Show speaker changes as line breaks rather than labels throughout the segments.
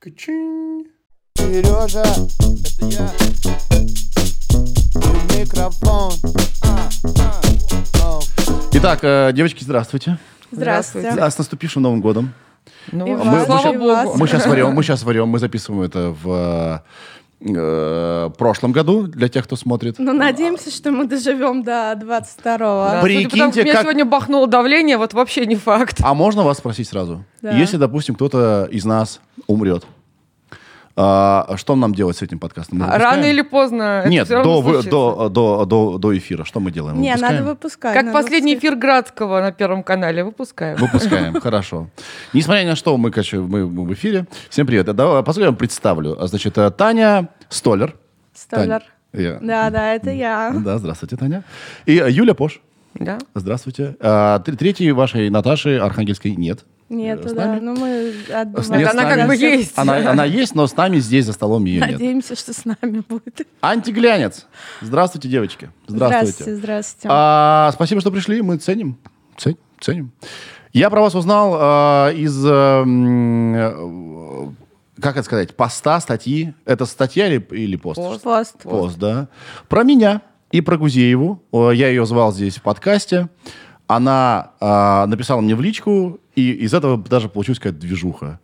Качинь.
Сережа, это я. И микрофон. Оу.
Итак, э, девочки, здравствуйте.
Здравствуйте.
Да, с наступившим Новым годом.
И
Ну,
вас,
слава
и
богу.
вас.
Мы сейчас варем, мы сейчас варем, мы записываем это в э, э, прошлом году для тех, кто смотрит.
Ну, надеемся, что мы доживем до 22-го.
Да,
Прикиньте,
судя по тому, что у меня
как-
сегодня бахнуло давление, вот вообще не факт.
А можно вас спросить сразу?
Да.
Если, допустим, кто-то из нас умрет, а, что нам делать с этим подкастом? Мы выпускаем?
Рано или поздно. это
Ну, Нет,
всё равно
до, вы-
случится.
до, до, до, до эфира. Что мы делаем?
Не,
Выпускаем?
надо выпускать.
Как
надо
последний
выпускать.
эфир Градского на Первом канале. Выпускаем.
Ну, Выпускаем, хорошо. Несмотря ни на что, мы, короче, мы мы в эфире. Всем привет. Давай, позволь я вам представлю. А, Значит, э, Таня Столер.
Столер.
Тань, я-
Да, да, это я.
Да, здравствуйте, Таня. И э, Юля Пош.
Да?
Здравствуйте. А, тр- третьей вашей Наташи Архангельской нет.
Нет,
С
да,
нами?
ну мы
С- нет,
отдували.
Это
с
она
нами.
как бы
всех.
есть.
Она, она есть, но с нами здесь за столом ее нет.
Надеемся, что с нами будет.
Антиглянец. Здравствуйте, девочки.
Здравствуйте,
Здравствуйте.
здравствуйте.
А, спасибо, что пришли. Мы ценим. Ценим. Ценим. Я про вас узнал а, из... э, м, э, как это сказать? Поста, статьи. Это статья или, или пост?
Пост.
пост, да. Про меня и про Гузееву. О, Я ее звал здесь в подкасте. Она а, написала мне в личку, и из этого даже получилась какая-то движуха.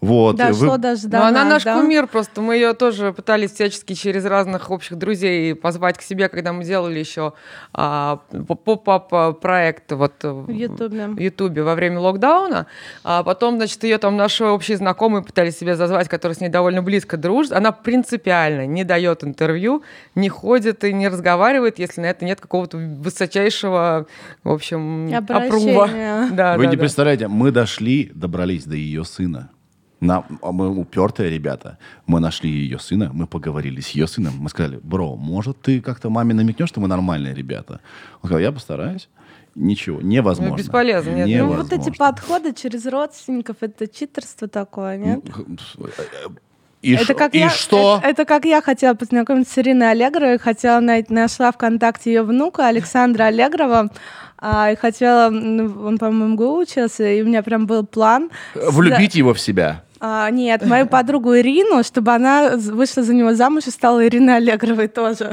Вот.
Дошло
Вы-
даже до
Но Ну, она
нас,
наш
да?
кумир просто. Мы ее тоже пытались всячески через разных общих друзей позвать к себе, когда мы делали еще а, поп-ап проект вот э,
В Ютубе.
в Ютубе во время локдауна. А потом, значит, ее там наши общие знакомые пытались себе зазвать, которые с ней довольно близко дружат. Она принципиально не дает интервью, не ходит и не разговаривает, если на это нет какого-то высочайшего, в общем, опрува.
Обращение.
Да,
Вы
да,
не
да.
представляете, мы дошли, добрались до ее сына. Нам, а мы упертые ребята. Мы нашли ее сына, мы поговорили с ее сыном. Мы сказали, бро, может, ты как-то маме намекнешь, что мы нормальные ребята? Он сказал, я постараюсь. Ничего, невозможно.
Ну, бесполезно, нет.
Ну,
Невозможно.
вот эти подходы через родственников, это читерство такое, нет?
э, И, ш- и
я, э,
что?
Это, это как я хотела познакомиться с Ириной Аллегровой, хотела найти, нашла ВКонтакте ее внука Александра Аллегрова, а, и хотела, ну, он, по-моему, в МГУ учился, и у меня прям был план.
Э, Влюбить его в себя.
А, нет, мою подругу Ирину, чтобы она з- вышла за него замуж и стала Ириной Аллегровой тоже.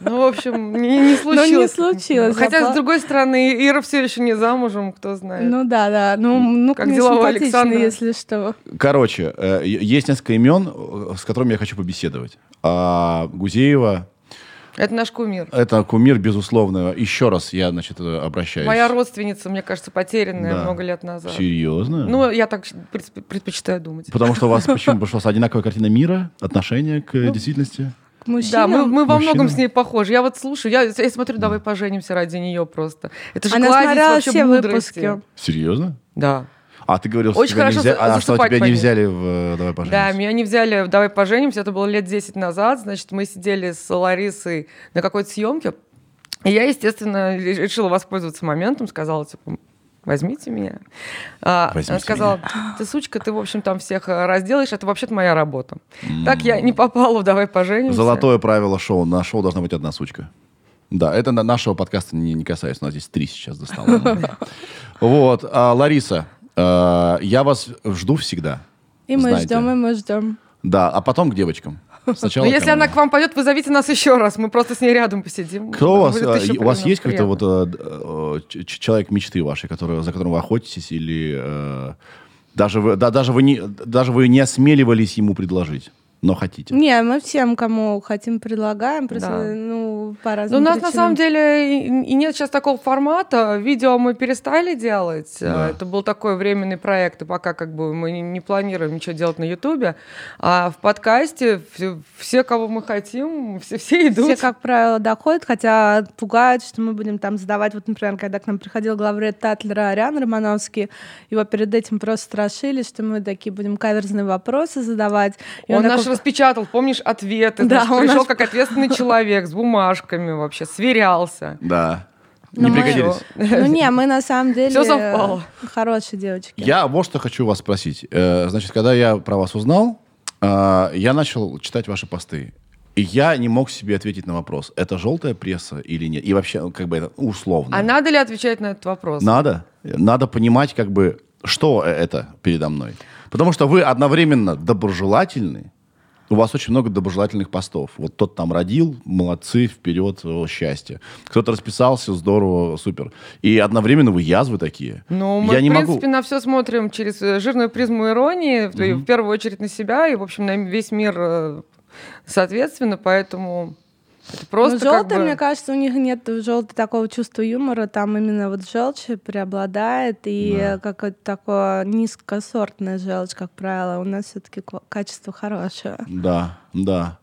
Ну, в общем, не, не случилось.
Ну, случилось,
Хотя,
зато-
с другой стороны, Ира все еще не замужем, кто знает.
Ну да, да. Ну, ну
Э, Как
мне
дела у
симпатично,
Александра?
если что.
Короче, э, е- есть несколько имен, э, с которыми я хочу побеседовать. А, Гузеева
Это наш кумир.
— это кумир, безусловно. Еще раз я, значит, э, обращаюсь.
Моя родственница, мне кажется, потерянная
Да.
много лет назад.
Серьезно?
Ну, я так предпо- предпочитаю думать.
Потому что у вас почему? Потому что у вас одинаковая картина мира, отношение к
Ну.
э, действительности.
К мужчинам.
Да, мы, мы во многом
Мужчина.
с ней похожи. Я вот слушаю, я, я смотрю, давай поженимся ради нее просто. Это же
Она
кладезь
смотрела
вообще
все
мудрости.
выпуски.
Серьезно?
Да.
А ты говорил,
Очень
что тебя, не,
хорошо
взя- а, что тебя
засыпать
не
по ней.
взяли в э, «Давай
Да,
поженимся».
меня не взяли, в давай поженимся, это было лет 10 назад, значит, мы сидели с Ларисой на какой-то съемке, и я, естественно, ре- решила воспользоваться моментом, сказала, типа, возьмите меня. А,
Возьмите
она сказала, ты сучка, ты, в общем, там всех э, разделаешь, это вообще-то моя работа. Так я не попала в «Давай поженимся».
Золотое правило шоу. На шоу должна быть одна сучка. Да, это на- нашего подкаста не, не касается. У нас здесь три сейчас до стола. Вот. а, Лариса, э, я вас жду всегда.
И мы
Знаете.
ждем, и мы ждем.
Да, а потом к девочкам. Сначала
Но Ну, если
ко
она
мне.
к вам пойдет, вы зовите нас еще раз, мы просто с ней рядом посидим.
Кто у вас,
Будет
э,
еще
у вас
приятно,
есть какой-то
приятно.
вот э, э, ч- ч- человек мечты вашей, который, за которым вы охотитесь, или э, даже, вы, да, даже, вы не, даже вы не осмеливались ему предложить, но хотите?
Не, мы всем, кому хотим, предлагаем, просто,
Да.
ну, по
Ну, у
разным
нас на
причинам.
самом деле и, и нет сейчас такого формата. Видео мы перестали делать.
Да.
А, Это был такой временный проект, и пока как бы мы не, не планируем ничего делать на Ютубе. А в подкасте все, все, кого мы хотим, все, все идут.
Все, как правило, доходят, хотя пугают, что мы будем там задавать. Вот, например, когда к нам приходил главред Татлера Ариан Романовский, его перед этим просто страшили, что мы такие будем каверзные вопросы задавать. И
Он,
такой,
нас распечатал, помнишь, ответы.
Да,
значит,
он
пришел
наш-
как ответственный человек с бумажками вообще, сверялся.
Да.
Ну,
не
мы-
пригодились?
Ну не, мы на самом деле
Всё совпало.
хорошие девочки.
Я вот что хочу вас спросить. Э, Значит, когда я про вас узнал, э, я начал читать ваши посты. И я не мог себе ответить на вопрос, это желтая пресса или нет. И вообще, ну, как бы это условно.
А надо ли отвечать на этот вопрос?
Надо. Надо понимать, как бы, Что э- это передо мной? Потому что вы одновременно доброжелательны, у вас очень много доброжелательных постов. Вот тот там родил, молодцы, вперед, о, счастье. Кто-то расписался, здорово, супер. И одновременно вы язвы такие.
Ну, мы,
Я
в
не могу-
принципе, на все смотрим через э, жирную призму иронии, в- и в первую очередь на себя, и, в общем, на весь мир, э, соответственно, поэтому это просто
Ну,
как
желтые,
бы-
мне кажется, у них нет желтого такого чувства юмора, там именно вот желчь преобладает, и
Да.
э, какое-то такое низкосортное желчь, как правило. У нас все-таки качество хорошее.
Да, да.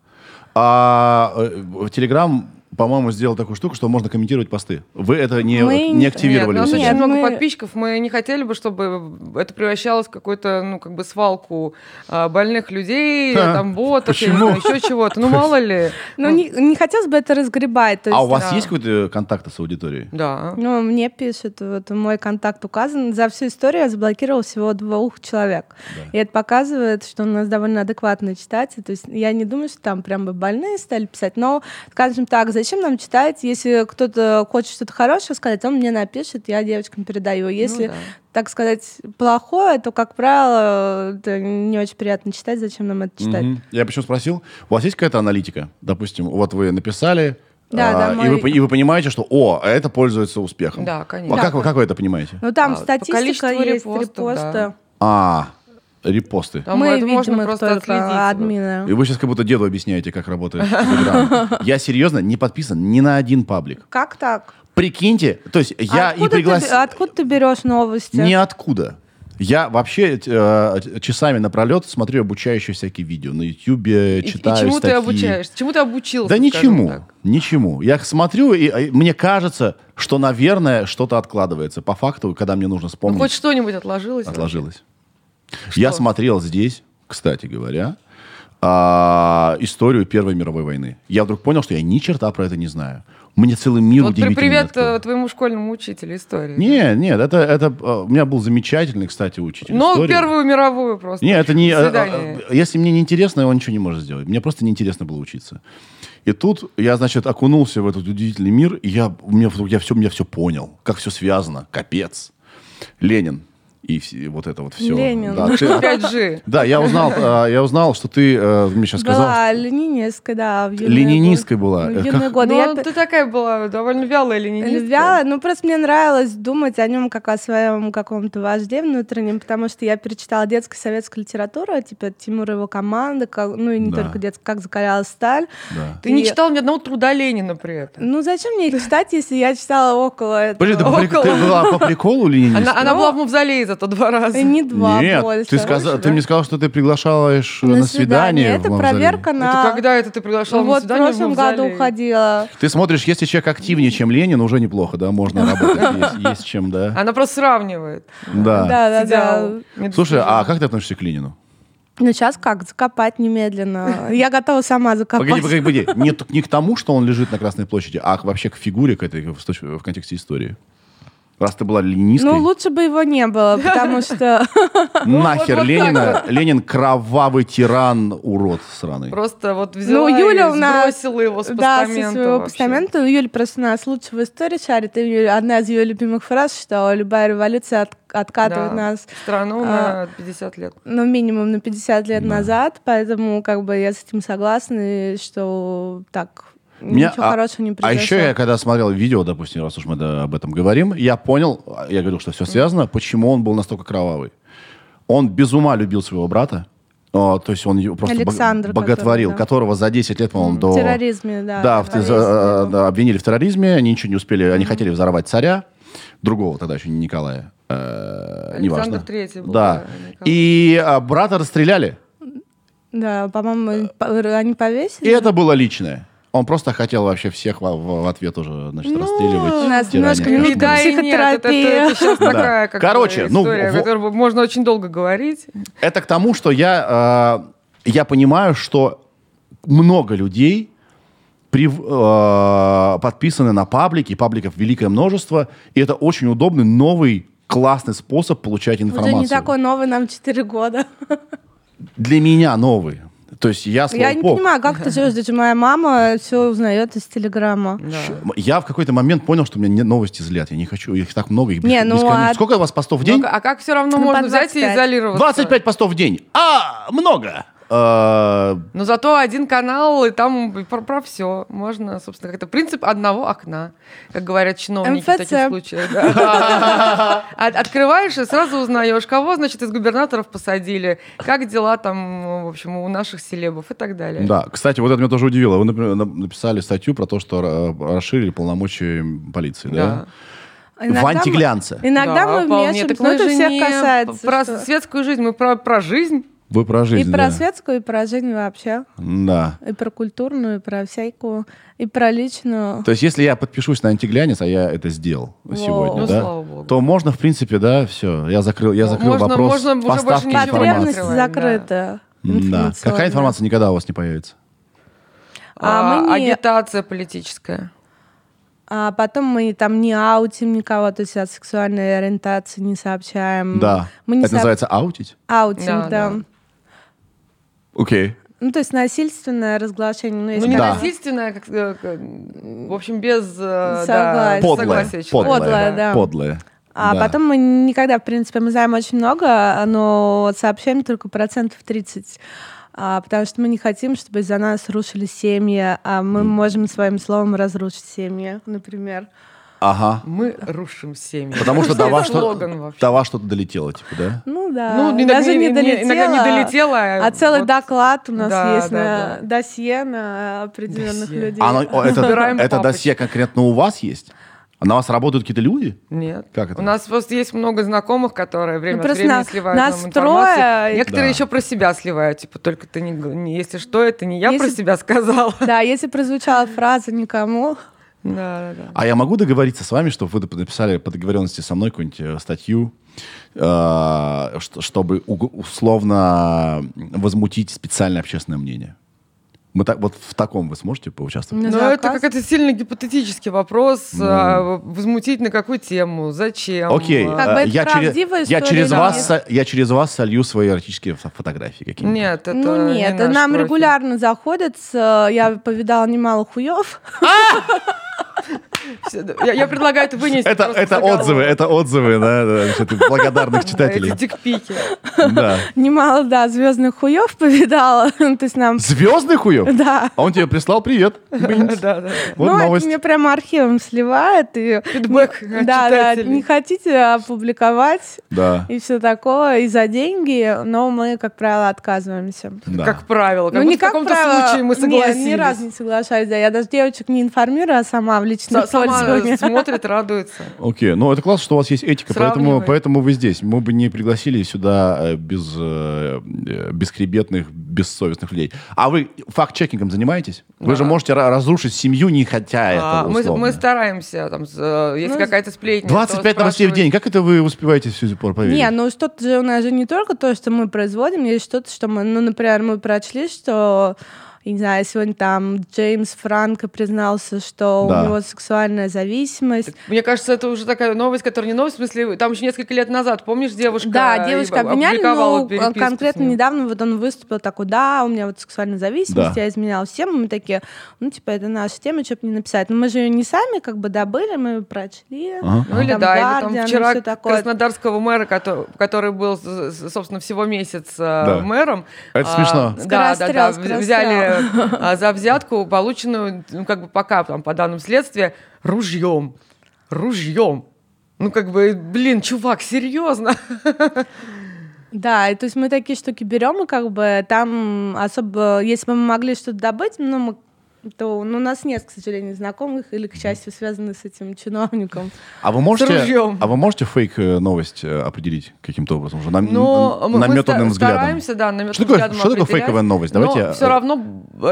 А э, в Телеграм, по-моему, сделал такую штуку, что можно комментировать посты. Вы это не, э,
Мы
не
не-
Нет,
активировали
у нас
вот эти-
очень
Нет,
много
мы-
подписчиков, мы не хотели бы, чтобы это превращалось в какую-то, ну, как бы свалку а, больных людей,
Да.
там, ботов, я не
Почему?
знаю, еще чего-то, ну, мало ли.
Ну, не, не хотелось бы это разгребать. То
А у
есть,
вас
да.
есть какие-то контакты с аудиторией?
Да.
Ну, мне пишет, вот мой контакт указан. За всю историю я заблокировал всего двух человек. И это показывает, что у нас довольно адекватные читатели. То есть я не думаю, что там прям бы больные стали писать. Но, скажем так, зачем нам читать? Если кто-то хочет что-то хорошее сказать, он мне напишет, я девочкам
Ну
передаю. Если,
да.
так сказать, плохое, то, как правило, это не очень приятно читать. Зачем нам это читать?
Мгм. Я почему спросил? У вас есть какая-то аналитика? Допустим, вот вы написали, а,
Да, да,
и,
мой-
вы, по- и вы понимаете, что о, а это пользуется успехом.
Да, конечно.
А
Да.
как, вы, как вы это понимаете?
Ну, там
А, по количеству
статистика есть,
репостов,
репосты.
да.
А, репосты.
Там
Мы
это
видим
можно
их
просто
только,
отследить.
а админы.
И вы сейчас как будто деду объясняете, как работает Телеграм. Я серьезно не подписан ни на один паблик.
Как так?
Прикиньте, то есть я
А
и
откуда,
пригласил...
ты, откуда ты берешь новости?
Ниоткуда. Я вообще э, часами напролет смотрю обучающие всякие видео на Ютьюбе,
И- и
читаю
чему ты
статьи.
обучаешься? Чему ты обучился?
Да
скажем
ничему,
так?
ничему. Я смотрю, и, э, мне кажется, что, наверное, что-то откладывается. По факту, когда мне нужно
Ну,
вспомнить,
хоть что-нибудь отложилось?
отложилось. Я смотрел здесь, кстати говоря, а, историю Первой мировой войны. Я вдруг понял, что я ни черта про это не знаю. Мне целый мир
Вот при
удивительный
привет
открыл.
э, твоему школьному учителю истории.
Нет, нет, это, это э, у меня был замечательный, кстати, учитель.
Но
истории.
Ну, Первую мировую просто.
Нет, это не...
До
а,
свидания.
а, а, Если мне неинтересно, он ничего не может сделать. Мне просто неинтересно было учиться. И тут я, значит, окунулся в этот удивительный мир, и я, у меня, вдруг- я, все, я все понял, как все связано, капец. Ленин и все- вот это вот все.
Ленин.
Да, ты- а,
5G.
да, я узнал, э, я узнал, что ты э, мне сейчас сказал.
Была ленинистка, да. в юные
Ленинисткой
годы.
была.
В
Э,
юные
как-
годы.
Ну,
Я
ты такая была довольно вялая ленинистка.
Вяло, ну просто мне нравилось думать о нем как о своем каком-то вожде внутреннем, потому что я перечитала детскую советскую литературу, типа Тимура и его команда, как- ну и не
Да.
только детская, как закалялась сталь.
Да.
Ты не
И-
читал ни одного труда Ленина при этом.
Ну зачем мне их читать, если я читала около этого?
Подожди, ты, по прик-
Около.
ты была по приколу ленинисткой?
Она, она была в мавзолее зато два раза.
И ну, Не два
Нет,
больше.
ты, сказа- ты мне сказал, что ты приглашаешь э,
На
на свидание. в
Это
мавзолей.
проверка на...
Это когда это ты приглашал на
Вот в
свидание
прошлом году
мавзолей?
уходила.
Ты смотришь, если человек активнее, чем Ленин, уже неплохо, да, можно работать, есть, есть чем, да.
Она просто сравнивает.
Да.
Да, да, да.
Идеал. Нет,
Слушай, а
действительно.
как ты относишься к Ленину?
Ну сейчас как? Закопать немедленно. Я готова сама закопать.
Погоди, погоди, погоди. Не, т- не к тому, что он лежит на Красной площади, а к- вообще к фигуре к этой, в, точ- в контексте истории. Раз ты была ленинисткой,
Ну лучше бы его не было, потому что
нахер
вот- вот
Ленина.
так
Ленин кровавый тиран, урод сраный.
Просто вот взяла
ну Юля у нас
сбросила его с
да,
постамента.
со своего
вообще.
постамента. Ну, Юля просто у нас лучше в истории шарит. И Юля- одна из ее любимых фраз, что любая революция от- откатывает
Да.
нас
Страну
А.
на 50 лет.
ну, минимум на 50 лет
Да.
назад, поэтому как бы я с этим согласна, и что так
Меня-
Ну, ничего
а-
хорошего не
А
произошло.
еще я, когда смотрел видео, допустим, раз уж мы да, об этом говорим, я понял, а, я говорил, что все связано, почему он был настолько кровавый. Он без ума любил своего брата, а, то есть он его просто бог-
Александра,
боготворил,
который, да.
которого за 10 лет, по-моему,
В
до...
терроризме, да.
Да, в-
терроризме.
за- э, да, обвинили в терроризме, они ничего не успели, они хотели взорвать царя, другого тогда еще не Николая, э,
Александр
неважно.
III был,
Да.
да, Николай.
И а, брата расстреляли.
Да, по-моему, по- они повесили.
И это было личное. Он просто хотел вообще всех во- в, в ответ уже значит, расстреливать.
Ну, у нас
тиранить,
немножко
как
минутка
бы.
Да и нет, это, это- это сейчас
Да.
такая как бы
Короче, ну,
история, о
во-
которой бы можно очень долго говорить.
Это к тому, что я, э, я понимаю, что много людей прив- э, подписаны на паблики, пабликов великое множество, и это очень удобный, новый, классный
Ну,
способ получать
Уже
информацию.
не такой новый, нам 4 года.
Для меня новый. То есть я
Я не
слоупок.
понимаю, как ты живешь, даже моя мама все узнает из телеграмма.
Да.
М- Я в какой-то момент понял, что у меня не- новости злят. Я не хочу, их так много, их бес-
Не, ну,
бесконечно.
а-
Сколько у вас постов в
Ну,
день?
а как все равно
Ну,
можно
по
взять и
25.
изолироваться?
25 постов в день. А, много. Э,
Но Ну, зато один канал, и там про, все. Можно, собственно, как-то принцип одного окна, как говорят чиновники в таких
МФЦ.
случаях. да. От- Открываешь и сразу узнаешь, кого, значит, из губернаторов посадили, как дела там, в общем, у наших селебов и так далее.
Да, кстати, вот это меня тоже удивило. Вы например, на- написали статью про то, что ра- расширили полномочия полиции, да?
Да.
Иногда
В
мы-
антиглянце.
Иногда
Да,
мы
вполне. Так
вмешиваемся, но
мы
это
же
всех
не
касается.
Про
что-
светскую жизнь, мы про, про жизнь.
Вы про
И
жизнь,
про
да.
светскую, и про жизнь вообще.
Да.
И про культурную, и про всякую, и про личную.
То есть, если я подпишусь на антиглянец, а я это сделал сегодня,
Ну,
да,
слава богу.
то можно, в принципе, да, все. Я закрыл, я закрыл
Можно-
вопрос
можно уже больше
поставки
ничего не
информации.
Потребность
информация.
закрыта.
Да.
информационная.
Какая информация никогда у вас не появится?
А мы не-
Агитация политическая.
А потом мы там не аутим никого, то есть от сексуальной ориентации не сообщаем.
Да.
Мы не
это
сооб-
называется аутить?
Аутим,
Да,
да,
да.
Окей.
Ну, то есть насильственное разглашение. Ну,
Ну,
если
не
Да.
конечно,
насильственная, как, э, к- в общем, без э, да,
Согласия.
Подлое.
согласия человека.
Подлое.
Подлое, да.
Подлое.
А
Да.
потом мы никогда, в принципе, мы знаем очень много, но сообщаем только процентов 30. А, потому что мы не хотим, чтобы из-за нас рушили семьи, а мы можем своим словом разрушить семьи, например.
Ага.
Мы рушим семьи.
Потому что до вас
слоган
что-
Ну, вообще.
до вас что-то долетело, типа, да?
Ну да,
Ну, не-
даже
не-
не,
не-
долетело.
иногда не долетело, а
А целый
вот-
доклад у нас
Да,
есть
да,
на досье на определенных
Досье.
людей.
А, ну, о, это,
Собираем
это
папочку.
досье конкретно у вас есть? А На вас работают какие-то люди?
Нет.
Как это?
У нас просто есть много знакомых, которые время
Ну,
от
просто
времени
на-
сливают
нас
нам информацию.
трое.
Некоторые
Да.
еще про себя сливают. Типа, только ты не, г- не- если что, это не я
Если-
про себя сказала.
Да, если прозвучала фраза никому,
Да, да, да.
А я могу договориться с вами, чтобы вы написали по договоренности со мной какую-нибудь э, статью, э, что- чтобы уг- условно возмутить специальное общественное мнение? Мы так, вот в таком вы сможете поучаствовать?
На
Но
заказ?
Ну, это какой-то сильно гипотетический вопрос. а, возмутить на какую тему? Зачем?
Ну. Окей,
А,
Как бы
э,
это
я,
правдивая
я,
история
через
или
вас,
нет?
со- я через вас солью свои эротические фо- фотографии какие-нибудь.
Нет, это
ну
не
нет,
наш
нам
профиль.
регулярно заходят. с, э, Я повидала немало хуев.
Всё, да. Я, я предлагаю это вынести.
Это,
просто
это
с заголовка.
отзывы, это отзывы, да, да, значит, благодарных
Да, Эти
читателей.
дикпики.
Да.
Немало, да, звездных хуев повидала. Ну, То есть нам,
Звездный хуев?
да.
А он тебе прислал привет.
Да, да, да.
Вот
ну,
новость.
это мне прямо архивом сливает. И...
Фидбэк от
Да, да,
читателей.
не хотите опубликовать
Да.
и все такое, и за деньги, но мы, как правило, отказываемся.
да.
Как правило. Как
ну,
будто
не
в
как
каком-то
правило,
случае мы
не,
согласились.
ни разу не соглашаюсь, да. Я даже девочек не информирую, а сама в личном
С- Сама
пользовании.
смотрит, радуется.
Окей, ну это классно, что у вас есть этика, поэтому,
Сравнивает.
поэтому вы здесь. Мы бы не пригласили сюда э, без, э, э, бесхребетных, бессовестных людей. А вы факт-чекингом занимаетесь? Вы же можете ра- разрушить семью, не хотя
А,
этого,
мы,
условно.
мы стараемся, там, с- э, если
Ну,
какая-то сплетня.
25
то
новостей в день. Как это вы успеваете всю эту пору поверить?
Не, ну что-то же у нас же не только то, что мы производим, есть что-то, что мы, ну, например, мы прочли, что, я не знаю, сегодня там Джеймс Франко признался, что
Да.
у него сексуальная зависимость.
спрашивают. Мне кажется, это уже такая новость, которая не новость, в смысле, там еще несколько лет назад, помнишь, девушка
Да, девушка
и-
обвиняли,
опубликовала
но
переписку с
конкретно
ним.
недавно вот он выступил такой, да, у меня вот сексуальная зависимость,
Да.
я изменял всем, и мы такие, ну, типа, это наша тема, что бы не написать. Но мы же ее не сами как бы добыли, мы ее прочли.
Ага.
Ну или
Там
да, или
«Гардиан»
там
и
вчера
всё такое.
краснодарского мэра, который, который был, с- с- собственно, всего месяц э,
Да.
мэром.
Это
а,
смешно.
Да, да, да,
Скорострел,
в- взяли а, за взятку, полученную, ну как бы пока, там, по данным следствия, ружьем. Ружьем. Ну как бы, блин, чувак, серьезно.
Да, и то есть мы такие штуки берем, и как бы там особо, если бы мы могли что-то добыть, ну, мы то ну, у нас нет, к сожалению, знакомых или, к счастью, связаны с этим чиновником.
А вы можете,
ружьем.
а вы можете фейк э, новость э, определить каким-то образом уже на,
Но
на-
Ну, мы- мы
наметанным
ста-
взглядом?
стараемся, да, наметанным
Что такое-
взглядом
что такое фейковая новость? Давайте, э,
все равно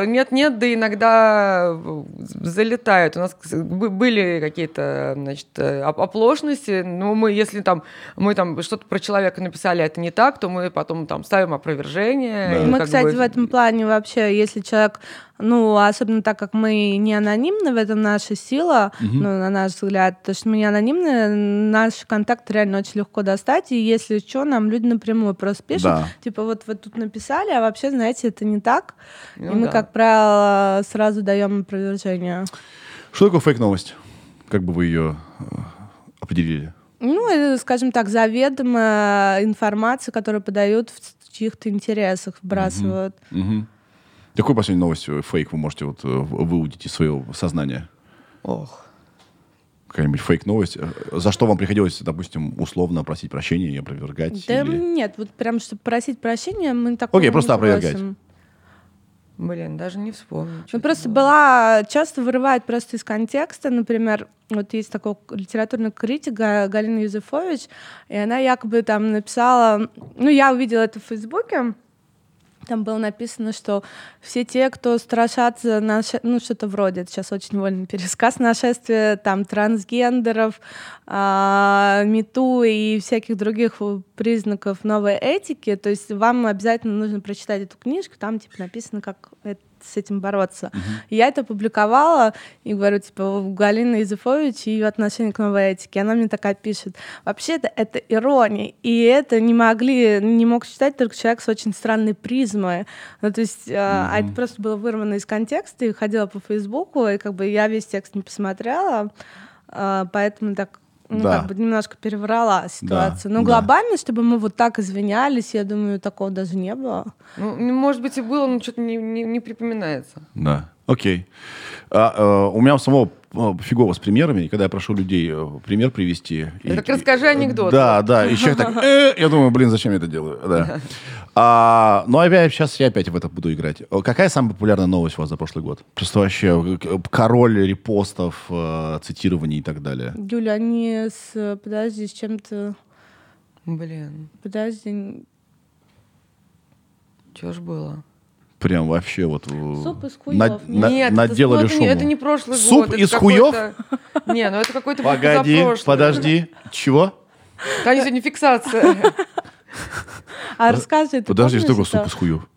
Нет-нет, да иногда залетают. У нас кс- бы- были какие-то значит, э, оп- оплошности. Ну, мы, если там мы там что-то про человека написали, а это не так, то мы потом там ставим опровержение.
Да.
и
Мы,
Э, как
кстати,
бы-
в этом плане вообще, если человек, ну, особенно так как мы не анонимны, в этом наша сила,
Мгм.
ну, на наш взгляд, то, что мы не анонимны, наш контакт реально очень легко достать, и если что, нам люди напрямую просто пишут,
Да.
типа, вот вы тут написали, а вообще, знаете, это не так,
Ну
и мы,
да.
как правило, сразу даем опровержение.
Что такое фейк-новость? Как бы вы ее э, определили?
Ну, это, скажем так, заведомо информация, которую подают в чьих-то интересах, вбрасывают.
Мгм. Какую последнюю новость э, фейк вы можете вот, э, в- выудить из своего сознания?
Ох.
Какая-нибудь фейк-новость? Э, За что вам приходилось, допустим, условно просить прощения и опровергать?
Да
или-
нет, вот прям, чтобы просить прощения, мы такого
Окей,
не
просто опровергать.
просим.
Блин, даже не вспомню.
Ну,
честно
просто
говоря.
была... Часто вырывает просто из контекста. Например, вот есть такой к- литературный критик Га- Галина Юзефович, и она якобы там написала... Ну, я увидела это в Фейсбуке, там было написано, что все те, кто страшатся, наше... ну что-то вроде, это сейчас очень вольный пересказ, нашествие там трансгендеров, а, мету и всяких других э, признаков новой этики, то есть вам обязательно нужно прочитать эту книжку, там типа написано, как это- с этим бороться. И Я это опубликовала и говорю, типа, Галина Юзефович и ее отношение к новой этике. Она мне такая пишет. Вообще-то это ирония, и это не могли, не мог читать только человек с очень странной призмой. Ну, то есть, э, а это просто было вырвано из контекста, и ходила по Фейсбуку, и как бы я весь текст не посмотрела, э, поэтому так ну,
Да.
как бы немножко переврала ситуацию. Но
да.
глобально, чтобы мы вот так извинялись, я думаю, такого даже не было.
Ну, ну, может быть, и было, но что-то не, не- не припоминается.
Да. Окей. А, э, у меня у самого э, фигово с примерами, и когда я прошу людей э, пример привести. и-
Так расскажи
и-
анекдот.
Да, да. И человек так, «Э», я думаю, блин, зачем я это делаю? Да. А, ну, а я, сейчас я опять в это буду играть. О, Какая самая популярная новость у вас за прошлый год? Просто вообще э, король репостов, э, цитирований и так далее.
Юля, они с... э, Подожди, с чем-то...
Блин,
Подожди. н-
что ж было?
Прям вообще вот... э,
Суп из
на-
хуев.
на-
Нет,
наделали
это, с- ну, это не,
шуму.
это не прошлый
Суп
год. это
из хуев?
какой-то- Не, ну это какой-то был
Погоди,
позапрошлый.
подожди. Чего?
Таня сегодня фиксация.
А расскажи, ты
Подожди, что такое
помнишь
суп
это?
из хуев?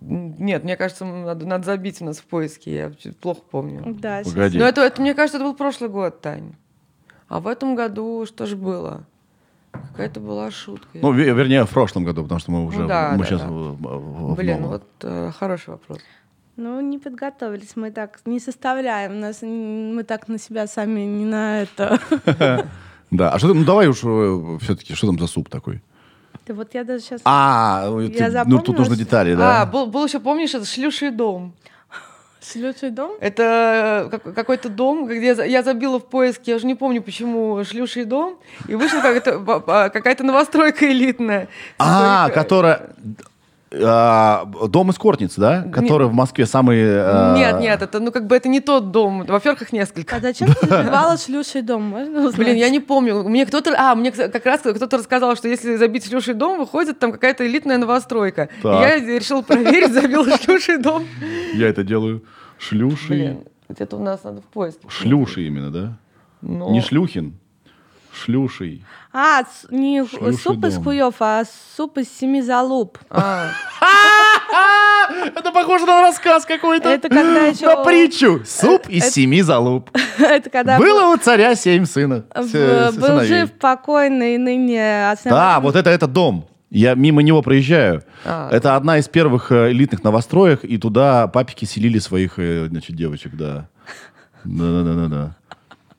Нет, мне кажется, м, надо, надо забить у нас в поиске, я вообще плохо помню.
Да, сейчас.
Погоди.
Но это, это, мне кажется, это был прошлый год, Тань. А в этом году что же было? Какая-то была шутка.
Ну, ве- вернее, в прошлом году, потому что мы уже...
да,
мы
да,
сейчас
да. Блин,
Блин,
вот э, хороший вопрос.
Ну, не подготовились, мы так не составляем, нас, н- мы так на себя сами не на это.
Да, а что там, ну давай уж все-таки, что там за суп такой?
Да вот я даже сейчас...
А, э,
Я
ты- ну тут
запомнила,
нужно
что-
детали, да?
А, был, был еще, помнишь, это шлюший дом.
Шлючий дом?
Это э, как- какой-то дом, где я за- я забила в поиске, я уже не помню, почему шлюший дом, и вышла какая-то, ба- ба- какая-то новостройка элитная.
А,
Типа, э,
которая... а, дом из Кортниц, да? Который в Москве самый... э,
Нет, нет, это ну как бы это не тот дом, во первых несколько.
А зачем ты забивала шлючий дом? Можно узнать?
Блин, я не помню. Мне кто-то... А, мне как раз кто-то рассказал, что если забить шлюший дом, выходит там какая-то элитная новостройка. И
Так.
Я решила проверить, забил шлюший дом.
Я это делаю. Шлюши.
Блин, где-то у нас надо в поиске. Ну,
Шлюши именно, да?
Но-
Не шлюхин. Шлюший.
А, с- не
Шлющий
суп из
дом.
хуев, а суп из семи залуп.
А,
Это похоже на рассказ какой-то.
Это когда еще-
На притчу. Суп из семи залуп.
Это когда
Было у царя семь сына.
был-
с-
в-
с-
был
сыновей.
жив покойный ныне
Да,
основатель.
вот это, это дом. Я мимо него проезжаю.
А.
Это одна из первых э, элитных новостроек, и туда папики селили своих э, значит, девочек, да. Да-да-да-да.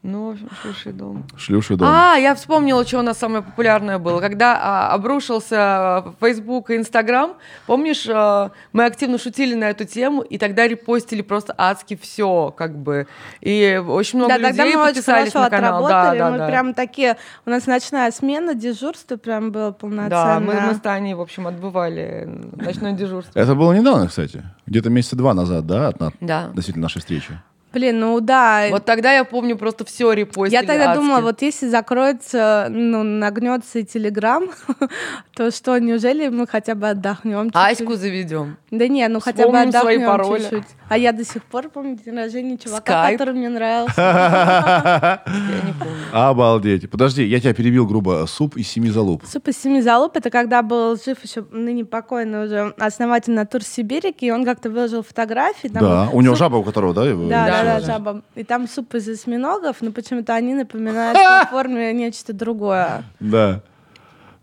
Ну, в общем, шлюший дом.
Шлюши дом.
А, я вспомнила, что у нас самое популярное было. Когда а, обрушился а, Facebook и Instagram, помнишь, а, мы активно шутили на эту тему, и тогда репостили просто адски все, как бы. И очень много
Да,
людей
тогда мы очень
подписались
хорошо
на канал. Да,
отработали.
да,
мы
да.
прям такие... У нас ночная смена, дежурство прям было
Да, мы, мы
полноценное.
с Таней, в общем, отбывали ночное дежурство.
Это было недавно, кстати. Где-то месяца два назад, да, от-
Да.
относительно нашей встречи.
Блин, ну да.
Вот тогда я помню просто все репостили
Я тогда
адски.
думала, вот если закроется, ну, нагнется и Телеграм, то что, неужели мы хотя бы отдохнем?
Аську заведем.
Да не, ну хотя бы
А, Вспомним свои
отдохнем
пароли.
чуть-чуть. А я до сих пор помню день рождения чувака,
Скайп.
который мне нравился.
Я не помню.
Обалдеть. Подожди, я тебя перебил грубо. Суп из семи залуп.
Суп из семи залуп, это когда был жив еще ныне покойный уже основатель натур Сибирики, и он как-то выложил фотографии. там
Да,
был
у него
суп-
жаба у которого, да? его
Да, да,
начала
да,
здесь?
жаба. И там суп из осьминогов, но почему-то они напоминают по форме нечто другое.
Да.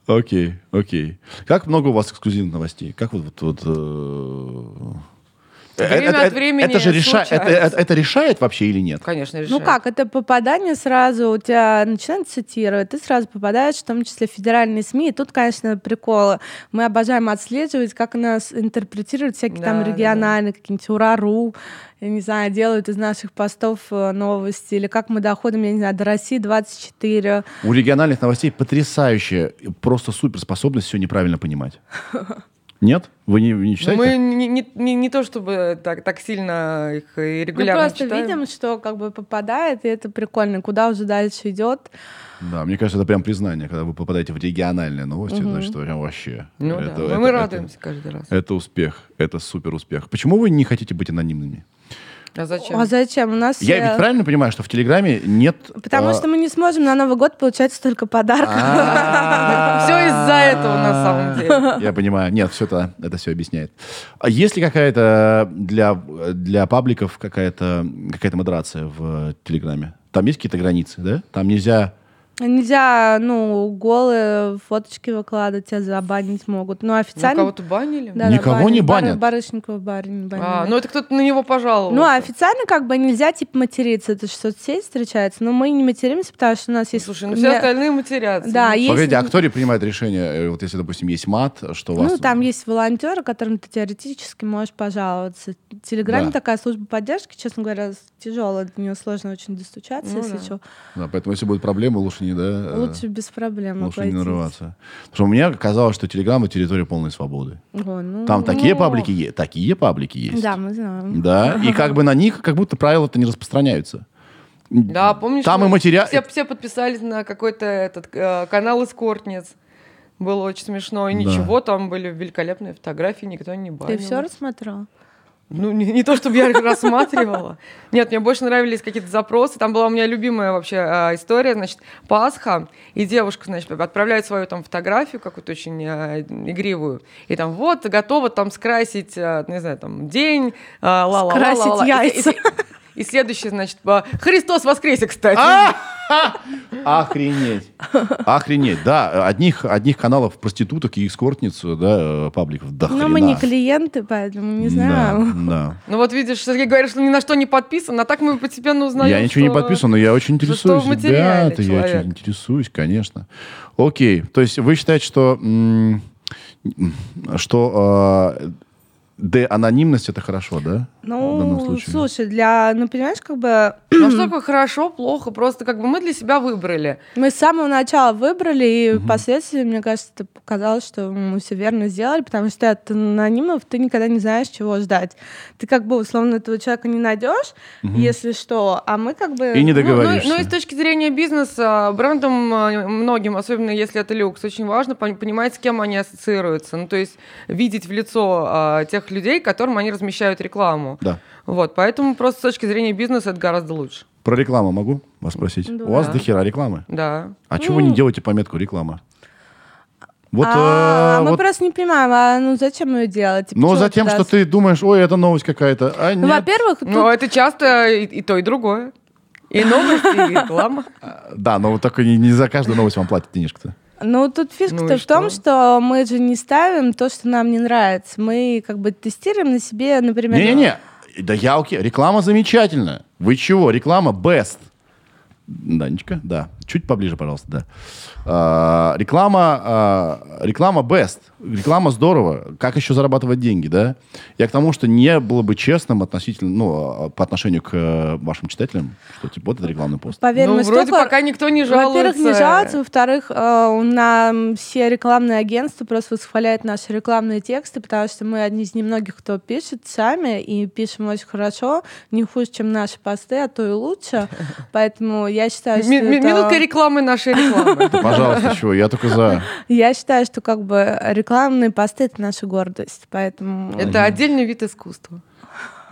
Окей, окей. Как много у вас эксклюзивных новостей? Как вот... вот, вот, э,
Время
это-
от
это-
времени
это же реша- это-
случается.
это- это решает вообще или нет?
Конечно, решаю.
Ну как, это попадание сразу, у тебя начинают цитировать, ты сразу попадаешь, в том числе в федеральные СМИ, и тут, конечно, приколы. Мы обожаем отслеживать, как нас интерпретируют всякие
Да,
там
да, да.
региональные, какие-нибудь урару, я не знаю, делают из наших постов э, новости, или как мы доходим, я не знаю, до России 24.
У региональных новостей потрясающая, просто суперспособность все неправильно понимать. Нет? Вы не, не
Ну,
считаете?
Мы не, не- не- не то чтобы так, так сильно их и
Мы
регулярно
просто
читаем.
видим, что как бы попадает, и это прикольно, куда уже дальше идет.
Да, мне кажется, это прям признание, когда вы попадаете в региональные новости, значит, это прям вообще.
Ну
это,
да. Мы-
это- Э,
мы
это-
радуемся каждый раз.
Это успех, это супер успех. Почему вы не хотите быть анонимными?
А зачем?
А зачем? У нас...
Я
э,
ведь правильно понимаю, что в Телеграме нет...
Потому
а,
что мы не сможем на Новый год получать столько подарков.
А.
Все А, из-за этого на самом деле. Ну,
Я понимаю. Нет, все это, это все объясняет. А есть ли какая-то для, для пабликов какая-то какая модерация в э, Телеграме? Там есть какие-то границы, да? Там нельзя...
Нельзя, ну, голые фоточки выкладывать, тебя забанить могут. Ну,
Ну,
официально...
кого-то банили?
Да-да,
Никого не
Бар-
банят.
Барышникова барин банили.
А, ну это кто-то на него пожаловал.
Ну, официально как бы нельзя, типа, материться. Это же соцсеть встречается. Но мы не материмся, потому что у нас есть...
Слушай, ну все
Мне-
остальные матерятся.
Да,
Ну,
есть...
Погодите, а кто ли принимает решение, э, вот если, допустим, есть мат, что у вас...
Ну, там есть волонтеры, которым ты теоретически можешь пожаловаться. В Телеграме
Да.
такая служба поддержки, честно говоря, тяжело, до нее сложно очень достучаться,
Ну
если
да.
что.
Да, поэтому если будут проблемы, лучше не, да, э,
Лучше без проблем
лучше не
обойтись.
нарываться. Потому что у меня казалось, что Телеграм — это территория полной свободы.
О, ну,
Там такие
Ну.
паблики есть, такие паблики есть.
Да, мы знаем.
Да, и как бы на них как будто правила-то не распространяются.
Да, помнишь?
Там
мы
и матеря-
Все, все подписались на какой-то этот э, канал Искортниц. Было очень смешно. И
Да.
ничего, там были великолепные фотографии, никто не
Ты
банил.
все рассмотрел?
Ну, не, не то, чтобы я их рассматривала. Нет, мне больше нравились какие-то запросы. Там была у меня любимая вообще а, история, значит, Пасха, и девушка, значит, отправляет свою там фотографию какую-то очень а, игривую, и там вот, готова там скрасить, а, не знаю, там, день, а, ла ла ла
Скрасить яйца.
И следующее, значит, а, Христос воскресе, кстати.
А!
Охренеть. Охренеть, да. Одних, одних каналов проституток и экскортниц, да, э, пабликов до
Но Ну, мы не клиенты, поэтому не знаем.
Да,
Ну вот видишь, Сергей говорит, что ни на что не подписан, а так мы постепенно
да.
узнаем,
Я ничего не
что-
подписан, но я очень
что
интересуюсь.
в материале
Ребята, я
человек.
очень интересуюсь, конечно. Окей, то есть вы считаете, что, м, что э, де-анонимность это хорошо, да? в данном
Ну,
случае?
слушай, для, ну, понимаешь, как бы
Ну что такое хорошо, плохо, просто как бы мы для себя выбрали.
мы с самого начала выбрали, и впоследствии, мне кажется, это показалось, что мы все верно сделали, потому что от анонимов ты никогда не знаешь, чего ждать. Ты как бы, условно, этого человека не найдешь, если что, а мы как бы...
И не
Ну, ну и-
договоришься.
Ну, и с точки зрения бизнеса, брендам э, многим, особенно если это люкс, очень важно пон- понимать, с кем они ассоциируются. Ну, то есть видеть в лицо э, тех людей, которым они размещают рекламу.
Да.
Вот, поэтому просто с точки зрения бизнеса это гораздо лучше.
Про рекламу могу вас спросить?
Да. Ну.
У вас до хера рекламы.
Да.
А чего вы не делаете пометку реклама? Вот,
а,
э,
а мы
вот-
просто не понимаем, а ну зачем ее делать? Типа,
Но
чего
за тем, что
даст?
ты думаешь, ой, это новость какая-то. А
Ну,
нет.
во-первых, тут
Но это часто и, и то, и другое. И новости, и реклама.
А, Да, но вот только не, не за каждую новость вам платят денежку-то.
Ну, тут фишка-то
Ну и
в том,
что?
что мы же не ставим то, что нам не нравится. Мы как бы тестируем на себе, например...
Не-не-не, да я окей. Реклама замечательная. Вы чего? Реклама best. Данечка, да. Чуть поближе, пожалуйста, да. А, реклама, а, реклама best. Реклама здорово. Как еще зарабатывать деньги, да? Я к тому, что не было бы честным относительно, ну, а, по отношению к э, вашим читателям, что типа вот это рекламный пост.
Поверь,
ну,
мы
вроде
столько-
пока никто не жалуется.
Во-первых, не жалуются, во-вторых, э, у нас все рекламные агентства просто восхваляют наши рекламные тексты, потому что мы одни из немногих, кто пишет сами, и пишем очень хорошо, не хуже, чем наши посты, а то и лучше. Поэтому я считаю, что
Ми- ми-
это-
Минутка рекламы нашей рекламы.
Пожалуйста, чего, я только за.
Я считаю, что как бы рекламные посты — это наша гордость, поэтому...
Это отдельный вид искусства.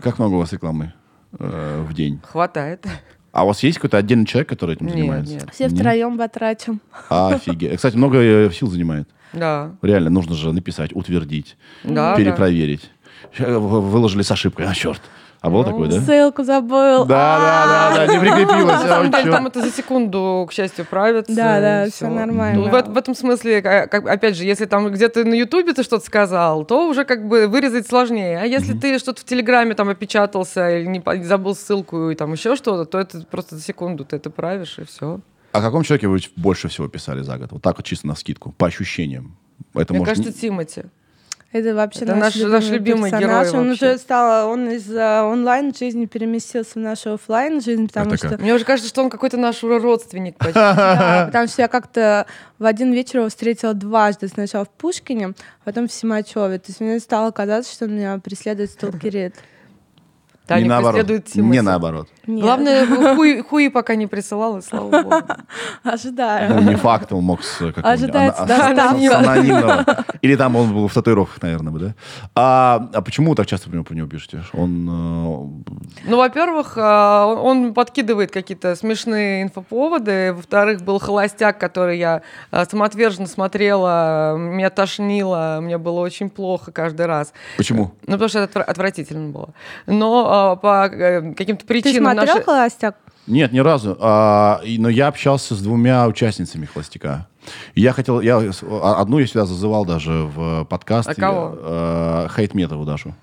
Как много у вас рекламы э, в день?
Хватает.
А у вас есть какой-то отдельный человек, который этим
Нет,
занимается?
нет.
Все втроем батрачим.
Офигеть. Кстати, много э, сил занимает.
Да.
Реально, нужно же написать, утвердить,
Да,
перепроверить. Ща вы- Выложили с ошибкой, а черт. А было такое, да?
Ссылку забыл.
Да, да, да, да, не прикрепилось.
На самом
а,
деле,
чёрт.
А. там это за секунду, к счастью, правится.
Да,
и
да,
всё.
всё нормально.
Ну, В, в этом смысле, э, как бы, опять же, если там где-то на Ютубе ты что-то сказал, то уже как бы вырезать сложнее. А если ты что-то в Телеграме там опечатался или не, по- забыл ссылку и там еще что-то, то это просто за секунду ты это правишь и все.
О каком человеке вы больше всего писали за год? Вот так вот чисто на скидку, по ощущениям. Это
Мне
может...
кажется, Тимати.
А, Это вообще
Это
наш,
наш- наш любимый
персонаж.
герой
Он
вообще.
уже стал, он из э, онлайн жизни переместился в нашу оффлайн жизнь, потому
Это
что
как?
Мне уже кажется, что он какой-то наш родственник почти.
Да, потому что я как-то в один вечер его встретила дважды. Сначала в Пушкине, потом в Симачеве. То есть мне стало казаться, что меня преследует сталкерит.
не
Таня
наоборот.
преследует Тимати.
Не наоборот.
Нет.
Главное, хуи, хуи пока не присылал, и слава богу.
Ну,
Ожидаю.
не факт, он мог с какого-нибудь
Ожидается
ана- а-
доставка.
с анонимного. Или там он был в татуировках, наверное, бы, да? А, а почему вы так часто про него, про него пишете? Он... э,
Ну, во-первых, а, он он подкидывает какие-то смешные инфоповоды. Во-вторых, был холостяк, который я а, самоотверженно смотрела, меня тошнило, мне было очень плохо каждый раз.
Почему?
Ну, потому что это отвра- отвратительно было. Но а, по э, каким-то
Ты
причинам...
смотрел
наши-
«Холостяк»?
Нет, ни разу. А, и- но я общался с двумя участницами холостяка. И Я хотел, я с- а- одну я сюда зазывал даже в э, подкаст.
А кого?
Э, Хайтметову Дашу.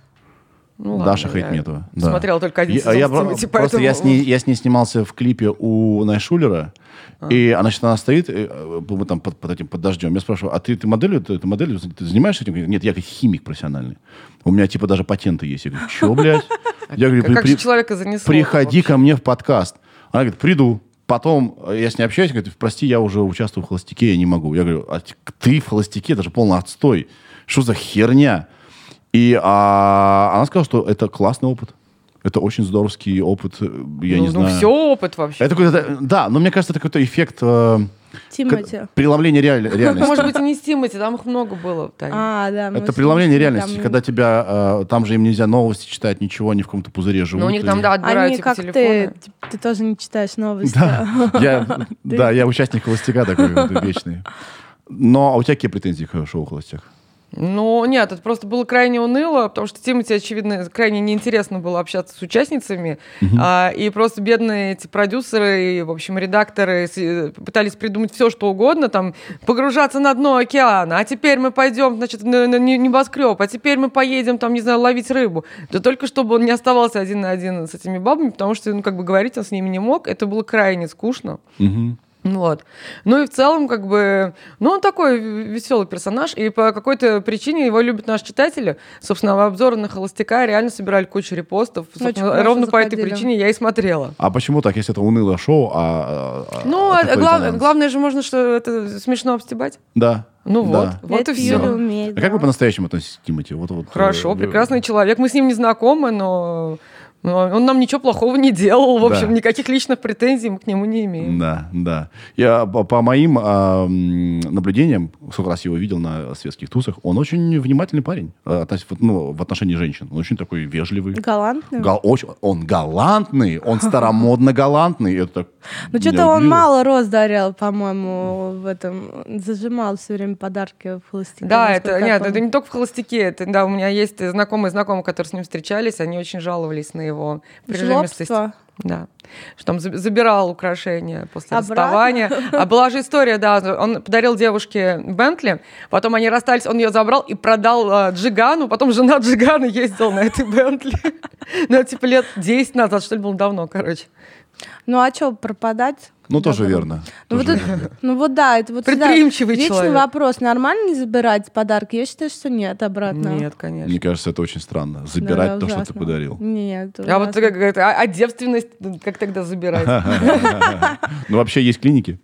Ну, ладно,
Даша
я
Хайтметова. да.
Смотрела только один
Я-
сезон типа,
я
с
про-
Тимати,
Просто я
поэтому-
с, ней, я с ней снимался в клипе у Найшулера.
А.
И она, значит, она стоит, э, э, мы там под, под этим, под дождем. Я спрашиваю, а ты, ты моделью, ты, ты моделью, ты занимаешься этим? Говорит, Нет, я как химик профессиональный. У меня, типа, даже патенты есть. Я говорю, что, блядь? Я говорю,
А ну, Как
«При-
же
при-
человека занесло?
приходи ко мне в подкаст. Она говорит, приду. Потом э, я с ней общаюсь, говорит, прости, я уже участвую в холостяке, я не могу. Я говорю, а т- ты в холостяке, это же полный отстой. Что за херня? И а, она сказала, что это классный опыт. Это очень здоровский опыт, э, я
ну,
не знаю.
Ну, все опыт вообще.
Это какой-то, да, но мне кажется, это какой-то эффект э,
Тимати.
к- преломления реаль- реальности.
Ну, Может быть, и не с Тимати, там их много было, Таня.
А, да. мы
Это
с-
преломление
там-
реальности, когда тебя, э, там же им нельзя новости читать, ничего, они в каком-то пузыре живут.
Но у них
и-
там, да, отбирают
Они
типа
как
телефоны.
ты, типа, ты тоже не читаешь новости.
Да, я, да, я участник холостяка такой вот, вечный. Но а у тебя какие претензии к шоу «Холостяк»?
Ну, нет, это просто было крайне уныло, потому что Тимати, очевидно, крайне неинтересно было общаться с участницами. А, и просто бедные эти продюсеры и, в общем, редакторы с- э, пытались придумать все, что угодно, там, погружаться на дно океана, а теперь мы пойдем, значит, на, на не- небоскреб, а теперь мы поедем, там, не знаю, ловить рыбу. Да только чтобы он не оставался один на один с этими бабами, потому что, ну, как бы говорить он с ними не мог, это было крайне скучно. Вот. Ну и в целом, как бы, ну он такой веселый персонаж, и по какой-то причине его любят наши читатели. Собственно, обзоры на холостяка реально собирали кучу репостов.
Очень
Собственно,
хорошо
ровно по этой
заходили.
причине я и смотрела.
А почему так, если это унылое шоу, а... а-
Ну,
а
а
такой
глав-
резонанс?
главное же можно, что это смешно обстебать.
Да.
Ну
да.
вот, вот
Это
и
Юля
все.
умеет,
А как
да.
вы по-настоящему относитесь к Тимати? Вот, вот,
Хорошо,
э,
прекрасный человек. Мы с ним не знакомы, но но он нам ничего плохого не делал. В
Да.
общем, никаких личных претензий мы к нему не имеем.
Да, да. Я по по моим а, м, наблюдениям, сколько раз его видел на светских тусах, он очень внимательный парень э, относ- вот, ну, в отношении женщин. Он очень такой вежливый.
Галантный.
Гал- очень- он галантный, он старомодно галантный. Это так
Ну,
меня
что-то он
удивило.
мало роз дарил, по-моему, в этом. Зажимал все время подарки в холостяке.
Да,
насколько
это,
я
нет,
помню.
это не только в холостяке. Это, да, у меня есть знакомые знакомые, которые с ним встречались, они очень жаловались на его прижимистость.
Жлобство.
Да. Что там за- забирал украшения после
Обратно?
расставания. А была же история, да, он подарил девушке Бентли, потом они расстались, он ее забрал и продал а, Джигану, потом жена Джигана ездила на этой Бентли. Ну, это, типа лет 10 назад, что ли, было давно, короче.
Ну а что, пропадать?
Ну,
Куда
тоже
потом?
верно.
Ну вот,
Тоже
это- ну вот да, это вот всегда
Предприимчивый
вечный
человек.
вопрос. Нормально ли забирать подарки? Я считаю, что нет, обратно.
Нет, конечно.
Мне кажется, это очень странно.
Да,
Забирать
да,
то, что ты
ужасно.
подарил.
Нет.
А вот
ужасно.
как говорят, а, а девственность как тогда забирать?
Ну, вообще есть клиники.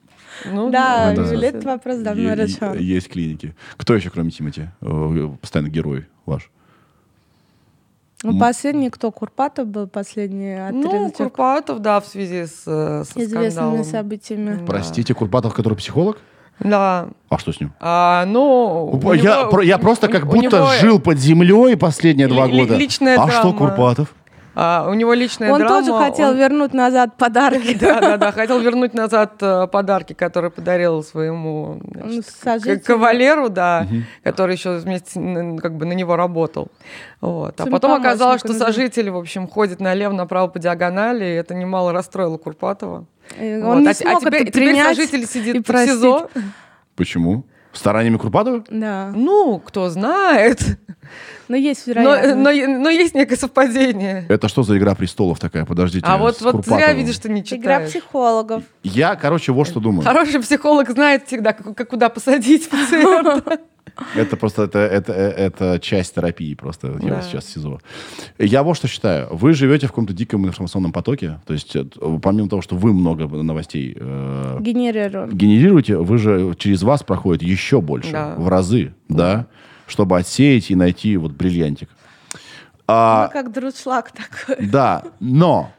Ну,
Да,
да.
Юля, этот вопрос
Е-
давно
е-
решен.
Есть клиники. Кто еще, кроме Тимати, э, постоянно герой ваш?
Ну, последний кто? Курпатов был последний
Ну,
отрезочек
Курпатов, да, в связи с э, со
известными
скандалом.
событиями.
Да.
Простите, Курбатов, который психолог?
Да.
А что с ним?
А, ну, у
я,
него-
про- я просто
у-
как
у
будто
него, э,
жил под землей последние
Ли-
два
ли-
года.
личная
а что
драма.
Курпатов?
а, у него личная
Он
драма,
тоже хотел
он-
вернуть назад подарки.
Да, да, да, хотел вернуть назад э, подарки, которые подарил своему значит,
Ну, сожителю.
к- кавалеру, да, который еще вместе с- н- как бы на него работал. Вот. А
Своему
потом оказалось,
помощнику,
что
да.
сожитель, в общем, ходит налево, направо по диагонали, и это немало расстроило Курпатова.
Э,
Вот.
Он не
а, те- а
смог
теперь,
это
теперь
принять
сожитель сидит
и
в СИЗО.
Почему? Стараниями Курпатова?
Да.
Ну, кто знает.
Но есть
Но, э,
вероятность.
но е- но есть некое совпадение.
Это что за игра престолов такая? Подождите.
А вот,
с
вот зря
Курпатовым.
видишь, ты не
Игра
читаешь.
психологов.
Я, короче, вот что думаю.
Хороший психолог знает всегда, как, как куда посадить пациента.
Это просто это, это, э, это часть терапии просто. Я
Да.
вот сейчас в СИЗО. Я вот что считаю. Вы живете в каком-то диком информационном потоке. То есть, э, помимо того, что вы много новостей э,
Генерирую.
генерируете, вы же через вас проходит еще больше.
Да.
В разы, да? Чтобы отсеять и найти вот бриллиантик.
Ну,
А,
как друшлаг такой.
да, но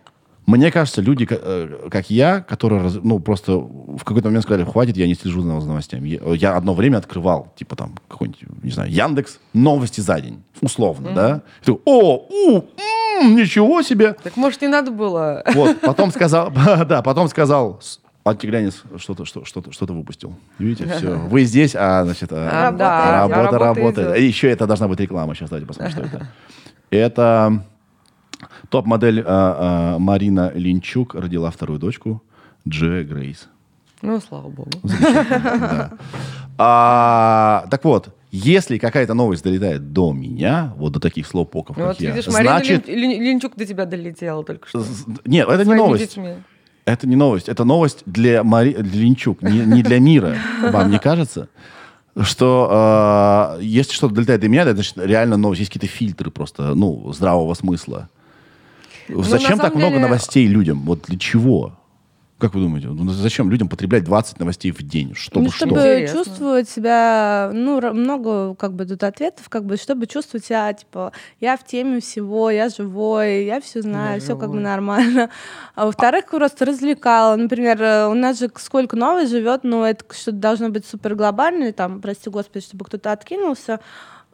мне кажется, люди, ка- э, как я, которые раз- ну, просто в какой-то момент сказали, хватит, я не слежу за новостями. Я- э, Я одно время открывал, типа там, какой-нибудь, не знаю, Яндекс, новости за день, условно, да? И такой, О, у, м, ничего себе!
Так может, не надо было?
Вот, потом сказал, да, потом сказал, с- а Тигрянец что-то что, что-то что-то выпустил. Видите, все. Вы здесь, а значит, а,
А, да,
работа, работает.
а работа идет.
Еще это должна быть реклама. Сейчас давайте посмотрим, что это. Это топ-модель а, а, Марина Линчук родила вторую дочку Дже Грейс.
Ну, слава богу.
Да. А, так вот, если какая-то новость долетает до меня, вот до таких слоупоков,
Ну,
как
вот
я,
видишь, Марина
значит...
Лин- Лин- Линчук до тебя долетела только что.
з- Нет, это не
Своими
новость.
детьми.
Это не новость. Это новость для Мари... для Линчук, не, не для мира. Вам не кажется? Что э, если что-то долетает до меня, это значит реально новость. Есть какие-то фильтры просто, ну, здравого смысла.
Ну, на
зачем
самом
так много
деле-
новостей людям? Вот для чего? Как вы думаете? Ну, зачем людям потреблять 20 новостей в день? Чтобы
Ну, чтобы
что?
Интересно.
чувствовать себя, ну, ра- много как бы тут ответов, как бы, чтобы чувствовать себя, типа, я в теме всего, я живой, я все знаю, все как бы
живой.
нормально. А во-вторых, просто развлекало. Например, э, у нас же сколько новой живет, но это к- что-то должно быть супер глобальное, там, прости господи, чтобы кто-то откинулся.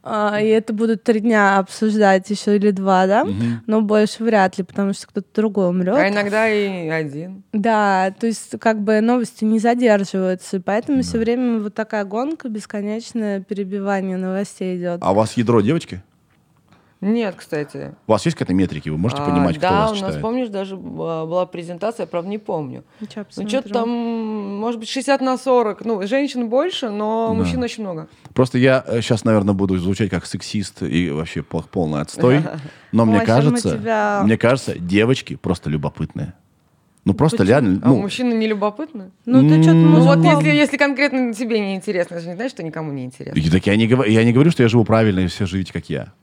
а, И это будут три дня обсуждать еще или два, да? Но больше вряд ли, потому что кто-то другой умрет.
А иногда и один.
Да, то есть как бы новости не задерживаются, и поэтому все время вот такая гонка, бесконечное перебивание новостей идет.
А у вас ядро девочки?
Нет, кстати.
У вас есть какая-то метрики? Вы можете
А,
понимать, кто
да,
вас
у нас,
читает?
помнишь, даже а, была презентация, я, правда, не помню.
Ничего,
Ну,
посмотрю.
что-то там, может быть, 60 на 40. Ну, женщин больше, но
Да.
мужчин очень много.
Просто я сейчас, наверное, буду звучать как сексист и вообще пол- полный отстой. Но мне
Ой, сейчас мы
кажется,
тебя-
мне кажется, девочки просто любопытные. Ну просто
Почему?
реально.
А
ну,
мужчины не любопытны?
Ну ты что-то
М,
Ну,
Ну,
вот
мужиков...
если, если конкретно тебе не интересно, это же не значит, что никому не интересно.
и Так я не, говорю, я не говорю, что я живу правильно и все живите как я.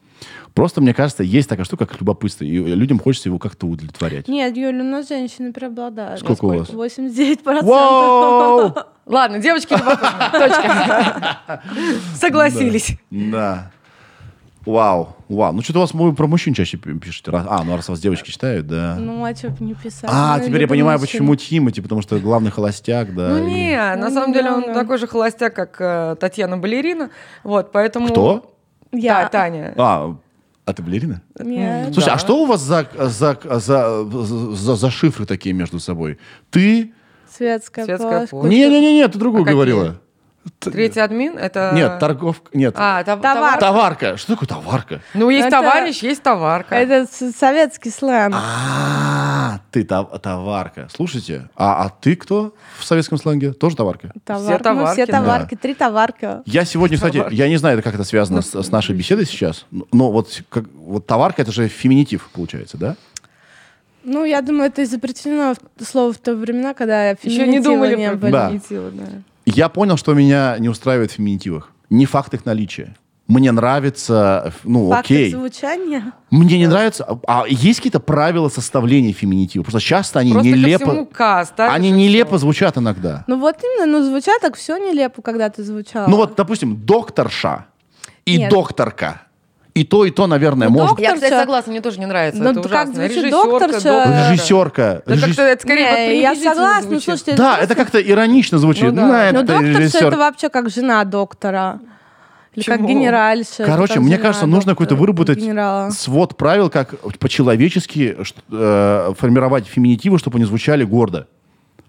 Просто мне кажется, есть такая штука, как любопытство, и людям хочется его как-то удовлетворять.
Нет, Юля, у нас женщины преобладают.
Сколько у вас?
89
Вау!
Ладно, девочки любопытны. Точка. Согласились.
Да. Вау, вау. Ну что-то у вас вы про мужчин чаще пи- пишете. Раз- А, ну раз вас девочки читают, да.
Ну а что бы не писать?
а,
Ну,
теперь я
люблю
понимаю,
мужчин.
почему Тимати, потому что главный холостяк, да.
Ну
и-
не, на
Ну,
самом деле
да,
он
да.
такой же холостяк, как э, Татьяна Балерина. Вот, поэтому...
Кто?
Я.
Я.
Таня.
А, а ты балерина?
Нет.
Слушай,
Да.
а что у вас за, за, за, за, за шифры такие между собой? Ты...
Светская,
Светская
полость.
полость.
Не-не-не, ты другую
А какие?
говорила. Т-
Третий админ — это...
Нет, торговка... Нет,
А, тов-
Товар.
товар.
товарка. Что такое товарка?
Ну, есть
Это-
товарищ, есть товарка.
Это с- советский сленг.
А, ты тов- товарка. Слушайте, а, а ты кто в советском сленге? Тоже товарка?
Товар.
Все
Ну, все
товарки, да.
товарки, три товарка.
Я сегодня, кстати, я не знаю, как это
Ну,
связано с, с нашей беседой сейчас, но вот, как, вот товарка, это же феминитив, получается, да?
Ну, я думаю, это изобретено в- слово в то времена, когда
Еще не
феминитива
думали
не
про
было.
Да.
феминитивы, да.
Я понял, что меня не устраивает в феминитивах. Не факт их наличия. Мне нравится, э, ну,
Факты
окей.
звучания.
Мне не нравится. а- А есть какие-то правила составления феминитива? Просто часто они
Просто
нелепо...
ко всему К ставишь,
Они
и
нелепо
всё.
звучат иногда.
Ну вот именно, ну звучат так все нелепо, когда ты звучала.
Ну вот, допустим, докторша и
Нет.
докторка. И то, и то, наверное,
Ну,
может.
Я, кстати,
Докторша.
согласна, мне тоже не нравится.
Ну,
это
как
ужасно.
звучит
Режиссёрка,
докторша?
доктор.
Режиссерка.
Да как-то это скорее вот
Не, я
принизительно
согласна,
звучит.
слушайте.
Да,
просто-
это как-то иронично звучит.
Ну да.
Ну, это
Ну, доктор, всё
режиссер.
это вообще как жена доктора. Или
Почему?
как генеральша. это
Короче,
как
мне
жена
кажется, нужно
доктора,
какой-то выработать
генерала.
свод правил, как по-человечески ш- э, формировать феминитивы, чтобы они звучали гордо.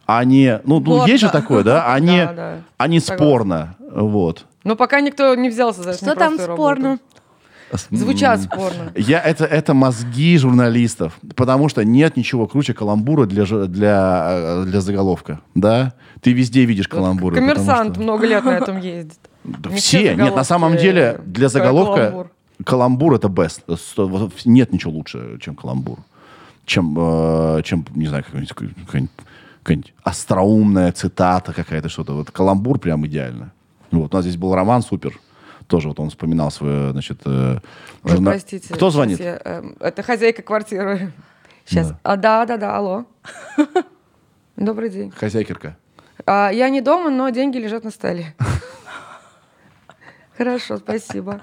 А не... Ну, ну,
Гордо.
есть же такое, да? А не,
Да, да.
а не
Согласна.
спорно. Вот.
Но Ну, пока никто не взялся за это.
Что там спорно?
Звучат спорно.
Я, это, это мозги журналистов, потому что нет ничего круче каламбура для, жу- для, э, для заголовка, да? Ты везде видишь каламбуры. потому
Коммерсант
что-
много лет на этом ездит.
Да
Не
все, нет, на
заголовки,
самом деле для
э,
заголовка
каламбур.
каламбур это best. Сто- вот Нет ничего лучше, чем каламбур. Чем, э, чем не знаю, какая-нибудь, какая-нибудь- какая-нибудь остроумная цитата какая-то, что-то. Вот каламбур прям идеально. Вот, у нас здесь был роман супер. Тоже вот он вспоминал свое, значит... э,
Ой,
журна-
простите.
Кто звонит?
сейчас я, эм, это хозяйка квартиры. Сейчас.
Да.
А, да, да, да, алло. Добрый день.
Хозяйкерка.
А, я не дома, но деньги лежат на столе. Хорошо, спасибо.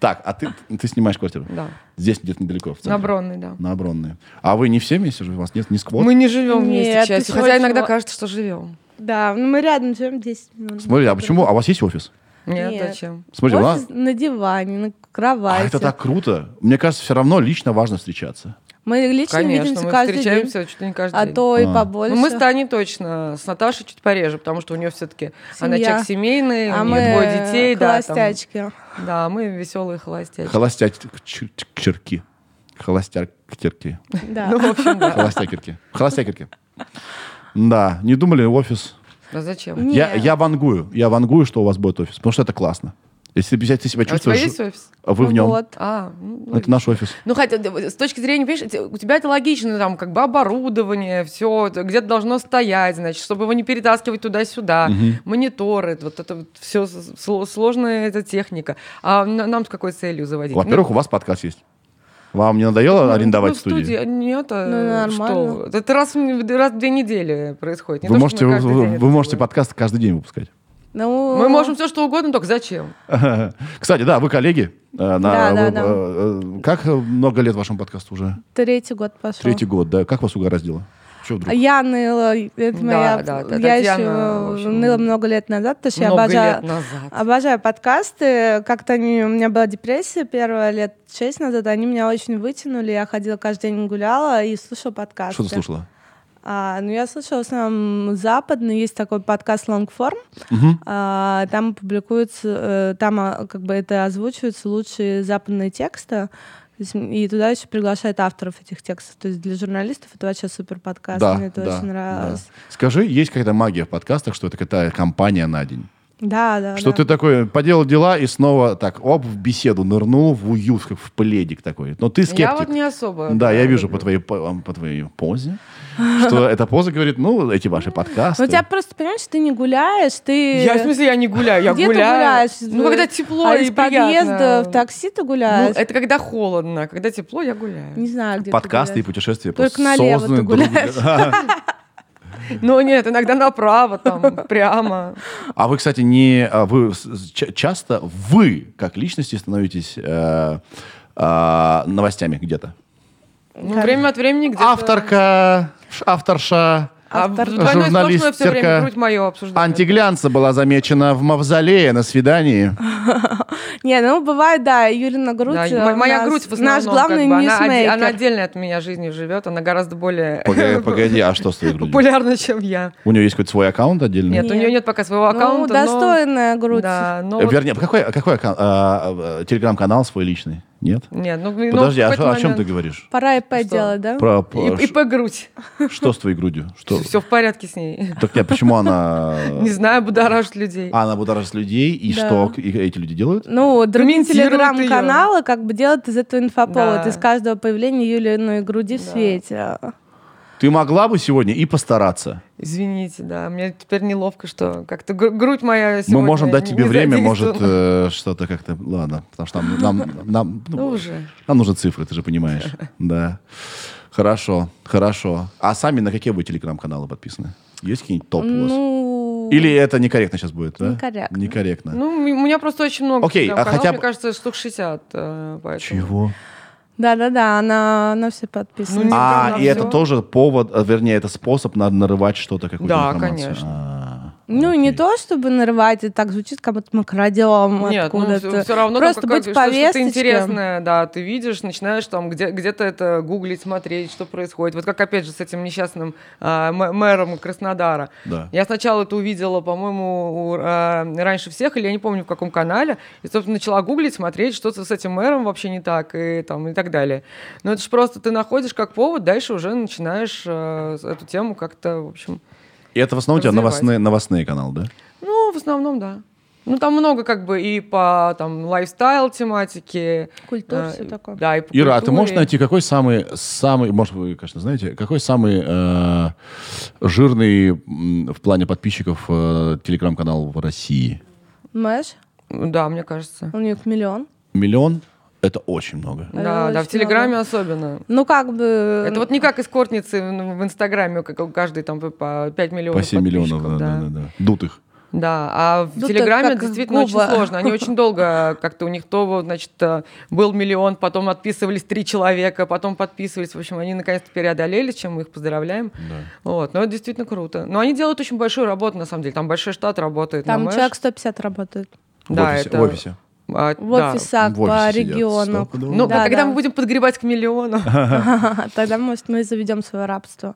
Так, а ты, ты снимаешь квартиру?
Да.
Здесь где-то недалеко. в центре?
На Бронной, да.
На Бронной. А вы не все вместе? же? У вас нет ни сквот?
Мы не живем вместе,
Нет,
к
ты
счастью.
чего,
Хотя иногда
чего?
кажется, что живем.
Да, ну мы рядом живем 10 минут.
Смотри, а почему? А у вас есть офис?
Нет,
Нет.
зачем?
Смотри, у нас-
Офис на диване, на
А
кровати.
это так круто. Мне кажется, все равно лично важно встречаться.
Мы лично
Конечно,
видимся
мы
каждый день.
встречаемся чуть ли не каждый
А
день.
то и
А.
побольше.
Ну, мы с Таней точно, с Наташей чуть пореже, потому что у нее все-таки она
Семья.
человек семейный,
а
у
мы
нее двое детей, да, там.
холостячки.
да, мы веселые холостячки.
Холостячерки. Холостякерки.
Да.
Ну, в общем, да.
Холостякерки. Холостякерки. Да, не думали офис.
А зачем?
Не.
Я, я вангую. Я вангую, что у вас будет офис, потому что это классно. Если ты ты себя
А у тебя
чувствуешь...
есть офис?
а Вы в нем.
Вот.
А, ну,
Это наш офис.
ну, хотя, да, с точки зрения, понимаешь, те- у тебя это логично, там, как бы оборудование, все, где-то должно стоять, значит, чтобы его не перетаскивать туда-сюда, мониторы, вот это вот все сложная эта техника. А на- нам с какой целью заводить?
Во-первых, у вас подкаст есть. Вам не надоело арендовать
ну, в
студию?
студии. Нет, а
Ну, нормально.
что? вы. Это раз, в- раз в две недели происходит. Не
Вы
то,
можете,
что мы
вы,
каждый день это
вы можете
делаем.
подкаст каждый день выпускать.
Ну,
Мы можем все что угодно, только зачем?
Кстати, да, вы коллеги. Э, на-
Да, да,
вы,
да.
э, э, Как много лет вашему подкасту уже?
Третий год пошел.
Третий год, да. Как вас угораздило? Чего вдруг?
Я ныла, это
Да,
моя,
да, да,
я
Татьяна,
еще
в общем,
ныла много лет назад, потому что я
Много
обожаю,
лет назад.
обожаю подкасты. Как-то они, у меня была депрессия первая лет шесть назад, они меня очень вытянули, я ходила каждый день гуляла и слушала подкасты.
Что ты слушала?
А, ну, я слышала, в основном западный, есть такой подкаст Longform, А, там публикуются, э, там а, как бы это озвучиваются лучшие западные тексты, То есть, м, и туда еще приглашают авторов этих текстов. То есть для журналистов это вообще супер подкаст, мне это очень нравилось.
да. Скажи, есть какая-то магия в подкастах, что это какая-то компания на день?
Да, да,
что
да.
ты такой поделал дела и снова так, оп, в беседу нырнул, в уют, как в пледик такой. Но ты скептик.
Я вот не особо.
Да, я вижу
люблю.
по твоей, по, по твоей позе, что эта поза говорит, ну, эти ваши
Ну,
подкасты.
у тебя просто, понимаешь, ты не гуляешь, ты...
Я, в смысле, я не гуляю, я
А Где ты
гуляю.
гуляешь?
Ну, когда тепло
а
и
из подъезда
приятно.
в такси ты
Ну,
гуляешь.
это когда холодно, а когда тепло, я гуляю.
Не знаю, где ты
Подкасты и
гуляешь.
путешествия
Только
просто
налево
созданы
ты
друг для-
гуляешь.
Но нет, иногда направо, там, прямо.
А вы, кстати, не а вы с- с- ча- часто вы как личности становитесь э, э, новостями где-то.
Ну, время от времени где-то...
Авторка, ш- авторша.
А в
Автор-
двойное сплошное все
Журналистерка.
время грудь мою обсуждают.
Антиглянца была замечена в мавзолее на свидании.
Не, ну, бывает, да, Юрина грудь...
Да,
э,
мо- моя
нас-
грудь в основном.
Наш главный
как бы, она, оде-
ньюсмейкер.
она отдельно от меня жизнью живет, она гораздо более
Погоди, погоди, а что с твоей грудью?
популярна, чем я.
У нее есть какой-то свой аккаунт отдельный?
Нет, у
Нет.
нее нет пока своего
Ну,
аккаунта. но-
достойная грудь.
Да, но
Э,
вот
Вернее, какой, какой аккаунт? А, а, телеграм-канал свой личный? Нет?
Нет, ну, ну,
Подожди,
в
а
этот
шо- о чем
момент-
ты говоришь?
Пора ИП
Что?
делать, да?
Про, про-
И, и по грудь.
Что с твоей грудью? Что?
Все в порядке с ней.
Так нет, почему она...
Не знаю, будоражит людей.
А, она будоражит людей, и
Да.
что к- и эти люди делают?
Ну, другие
Комментируют
телеграм-каналы как бы делают из этого инфоповод,
Да.
из каждого появления Юлиной груди в
Да.
свете.
Ты могла бы сегодня и постараться.
Извините, да, мне теперь неловко, что как-то гру- грудь моя сегодня
Мы можем дать
не-
тебе
не
время, может,
задействована.
э, что-то как-то... Ладно, потому что нам, нам, нам, ну,
Ну уже.
нам нужны цифры, ты же понимаешь. Да. Хорошо, хорошо. А сами на какие вы телеграм-каналы подписаны? Есть какие-нибудь топ у вас?
Ну,
Или это некорректно сейчас будет, да?
Некорректно.
Некорректно.
Ну, м- у меня просто очень много
Окей, а
телеграм-каналов,
хотя
мне
бы-
кажется, штук 60. э, Поэтому.
Чего?
Да-да-да, она на все подписана.
Ну, не-
А,
прям
и
на
это
всё.
тоже повод, э, вернее, это способ на- нарывать что-то, какую-то
Да,
информацию.
конечно.
А,
Ну, не
окей.
то, чтобы нарывать, это так звучит, как будто мы крадем
Нет, ну,
откуда-то.
все, равно
Просто
там
быть
какая-то- что- что-то
повесточкой.
интересное, да, ты видишь, начинаешь там где- где-то это гуглить, смотреть, что происходит. Вот как опять же с этим несчастным а, мэ- мэром Краснодара.
Да.
Я сначала это увидела, по-моему, у, э, раньше всех, или я не помню, в каком канале. И, собственно, начала гуглить, смотреть, что с этим мэром вообще не так, и, там, и так далее. Но это же просто ты находишь как повод, дальше уже начинаешь э, эту тему как-то, в общем...
И это в основном у тебя
Развивать.
новостные, новостные каналы, да?
Ну, в основном, да. Ну, там много как бы и по там лайфстайл тематике.
Культура,
э,
всё такое.
Да, и по
Ира, а ты
культуре.
можешь найти какой самый, самый, может, вы, конечно, знаете, какой самый э, жирный м, в плане подписчиков э, телеграм-канал в России?
Мэш,
Да, мне кажется.
у них миллион.
Миллион? Это очень много.
Это
Да, да, в
очень
Телеграме
много.
особенно.
Ну, как бы...
Это вот не как эскортницы в в Инстаграме, как у каждой там по- по 5 миллионов
По 7 миллионов, да,
подписчиков,
да, да, да. Дутых.
Да, а в
Ну, так
Телеграме
как из
действительно очень
Гугла.
сложно. Они очень долго как-то у них то, вот, значит, э, был миллион, потом отписывались три человека, потом подписывались. В общем, они наконец-то преодолели, с чем мы их поздравляем. Вот, но это действительно круто. Но они делают очень большую работу, на самом деле. Там большой штат работает.
Там
на Мэш.
человек 150 работает.
В
Да,
офисе.
это-
В офисе.
А,
В
да.
офисах
В
по
офисе сидят.
региону.
Стопудово.
Ну,
Да,
а когда
да.
мы будем подгребать к миллиону?
Тогда, может, мы и заведем свое рабство.